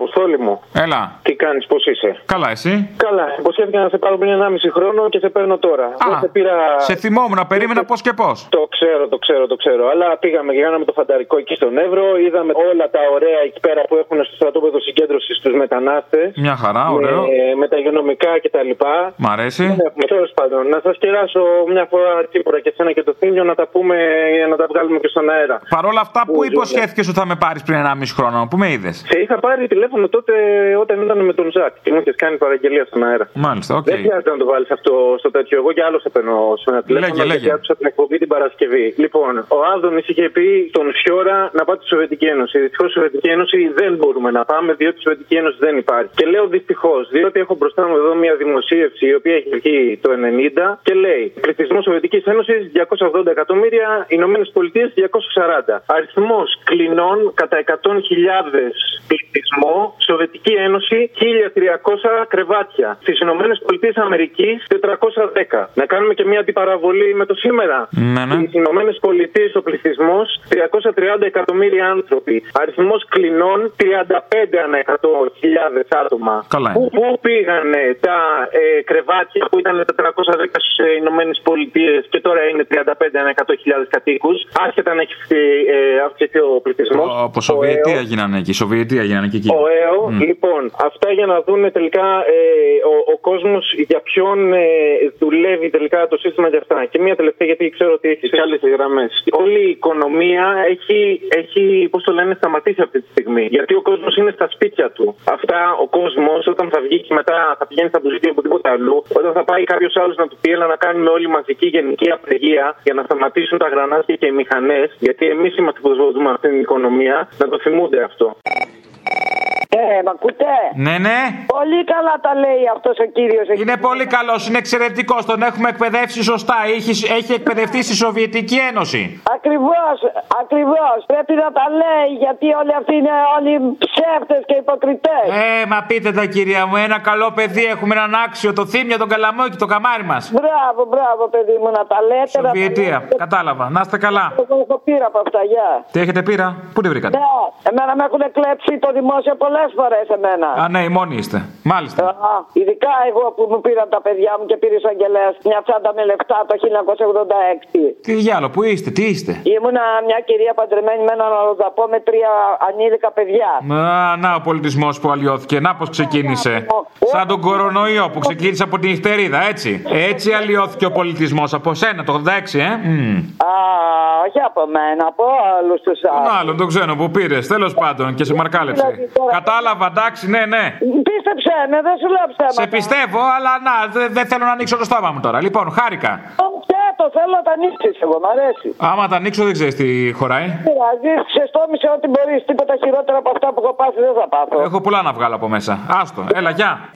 T: Αποστόλη μου,
D: Έλα.
T: τι κάνεις, πώς είσαι.
D: Καλά, εσύ.
T: Καλά, υποσχέθηκα να σε πάρω πριν 1,5 χρόνο και σε παίρνω τώρα. Δεν σε πήρα.
D: Σε θυμόμουν, περίμενα πώς και πώς.
T: Το ξέρω, το ξέρω, το ξέρω. Αλλά πήγαμε και κάναμε το φανταρικό εκεί στον Εύρο. Είδαμε όλα τα ωραία εκεί πέρα που έχουν στο στρατόπεδο συγκέντρωση στου μετανάστες.
D: Μια
T: Ναι.
D: χαρά, ωραίο.
T: Με, με τα υγειονομικά κτλ.
D: Μ' αρέσει.
T: Τέλος πάντων, να σας κεράσω μια φορά τίποτα και εσένα και το θύμιο να τα πούμε, ε, να τα βγάλουμε και στον αέρα.
D: Παρ' όλα αυτά, πού
T: Πού
D: υποσχέθηκες ότι θα με πάρεις πριν 1,5 χρόνο, που με είδες.
T: Σε Ε, είχα πάρει τηλέφωνο τότε όταν ήταν με τον Ζακ και μου είχες κάνει παραγγελία στον αέρα.
D: Μάλιστα, οκ.
T: Δεν χρειάζεται να το βάλεις αυτό στο τέτοιο. Εγώ και άλλο σε παίρνω σε ένα τηλέφωνο.
D: Λέγε,
T: γιατί
D: λέγε.
T: άκουσα την εκπομπή την Παρασκευή. Λοιπόν, ο Άδωνη είχε πει στον Σιώρα να πάτε στη Σοβιετική Ένωση. Δυστυχώς η Σοβιετική Ένωση δεν μπορούμε να πάμε, διότι η Σοβιετική Ένωση δεν υπάρχει. Και λέω δυστυχώς, διότι έχω μπροστά μου εδώ μια δημοσίευση η οποία έχει βγει το 90 και λέει Πληθυσμό Σοβιετικής Ένωσης 280 εκατομμύρια, Ηνωμένες Πολιτείες 240. Αριθμός κλινών κατά 100.000 πληθυσμό, Σοβιετική Ένωση 1300 κρεβάτια. Στις Ηνωμένες Πολιτείες Αμερικής 410. Να κάνουμε και μια αντιπαραβολή με το σήμερα.
D: Ναι, ναι.
T: Στις Ηνωμένες Πολιτείες ο πληθυσμός 330 εκατομμύρια άνθρωποι. Αριθμός κλινών 35 ανά 100.000 άτομα.
D: Καλά
T: Πού, πού πήγανε τα ε, κρεβάτια που ήταν 410 στι Ηνωμένες Πολιτείες ε, και τώρα είναι 35 ανά 100.000 κατοίκους. Άσχετα να έχει ε, αυξηθεί ο πληθυσμός.
D: Από Σοβιετία γίνανε εκεί. Σοβιετία γίνανε και εκεί.
T: Ο ΑΕΟ,
D: Μμ.
T: λοιπόν, αυτά για να δουν τελικά ε, ο, ο κόσμος για ποιον ε, δουλεύει τελικά το σύστημα για αυτά. Και μία τελευταία, γιατί ξέρω ότι έχεις και άλλε γραμμές. Όλη η οικονομία έχει, έχει πώς το λένε, σταματήσει αυτή τη στιγμή. Γιατί ο κόσμος είναι στα σπίτια του. Αυτά ο κόσμος όταν θα βγει και μετά θα πηγαίνει στα μπουζίκια οπουδήποτε αλλού, όταν θα πάει κάποιος άλλος να του πει, έλα να κάνουμε όλοι μαζική γενική απεργία για να σταματήσουν τα γρανάζια και οι μηχανές. Γιατί εμείς είμαστε που βοηθούμε αυτή την οικονομία, να το θυμούνται αυτό.
U: Ε, μ' ακούτε.
D: Ναι, ναι.
U: Πολύ καλά τα λέει αυτός ο κύριος εκεί.
D: Είναι πολύ καλός, είναι εξαιρετικός. Τον έχουμε εκπαιδεύσει σωστά. Έχει, έχει εκπαιδευτεί στη Σοβιετική Ένωση.
U: Ακριβώς, ακριβώς. Πρέπει να τα λέει γιατί όλοι αυτοί είναι όλοι ψεύτες και υποκριτές.
D: Ε, μα πείτε τα κυρία μου, ένα καλό παιδί έχουμε, έναν άξιο, το θύμιο, τον καλαμόκι, το καμάρι μας.
U: Μπράβο, μπράβο, παιδί μου, να τα
D: ναι,
U: λέτε. να τα λέτε.
D: Σοβιετία, κατάλαβα. Να είστε καλά.
U: Εγώ έχω πείρα από αυτά, γεια.
D: Τι έχετε πείρα, πού τη βρήκατε.
U: Ναι, εμένα με έχουν κλέψει το δημόσιο πολλέ φορές εμένα.
D: Α, ναι, οι μόνοι είστε. Μάλιστα.
U: Α, ειδικά εγώ που μου πήραν τα παιδιά μου και πήρε ο Αγγελέα μια τσάντα με λεφτά το 1986.
D: Τι διάλογο, πού είστε, τι είστε.
U: Ήμουνα μια κυρία παντρεμένη με έναν αλλοδαπό με τρία ανήλικα παιδιά.
D: Α, να ο πολιτισμός που αλλοιώθηκε. Να πώς ξεκίνησε. Σαν τον κορονοϊό που ξεκίνησε από την νυχτερίδα, έτσι. Έτσι αλλοιώθηκε ο πολιτισμός από σένα το 86, ε. Μμμ.
U: Α, όχι από μένα, από όλου τους
D: Τον
U: άλλους.
D: άλλον, τον ξένο που πήρες, τέλος πάντων και σε μαρκάλεψε. Κατάλαβα, εντάξει, ναι, ναι.
U: Πίστεψε με, δεν σου λέω ψέματα.
D: Σε πιστεύω, αλλά να, δε- δεν θέλω να ανοίξω το στόμα μου τώρα. Λοιπόν, χάρηκα.
U: Τον ψεύτη το θέλω να τα ανοίξεις. Εγώ μ' αρέσει.
D: Άμα τα ανοίξω, δεν ξέρεις τι χωράει.
U: Πειράζει, ξεστόμησε ό,τι μπορείς. Τίποτα χειρότερα από αυτά που έχω πάθει δεν θα πάθω.
D: Έχω πολλά να βγάλω από μέσα. Άστο, έλα, γεια.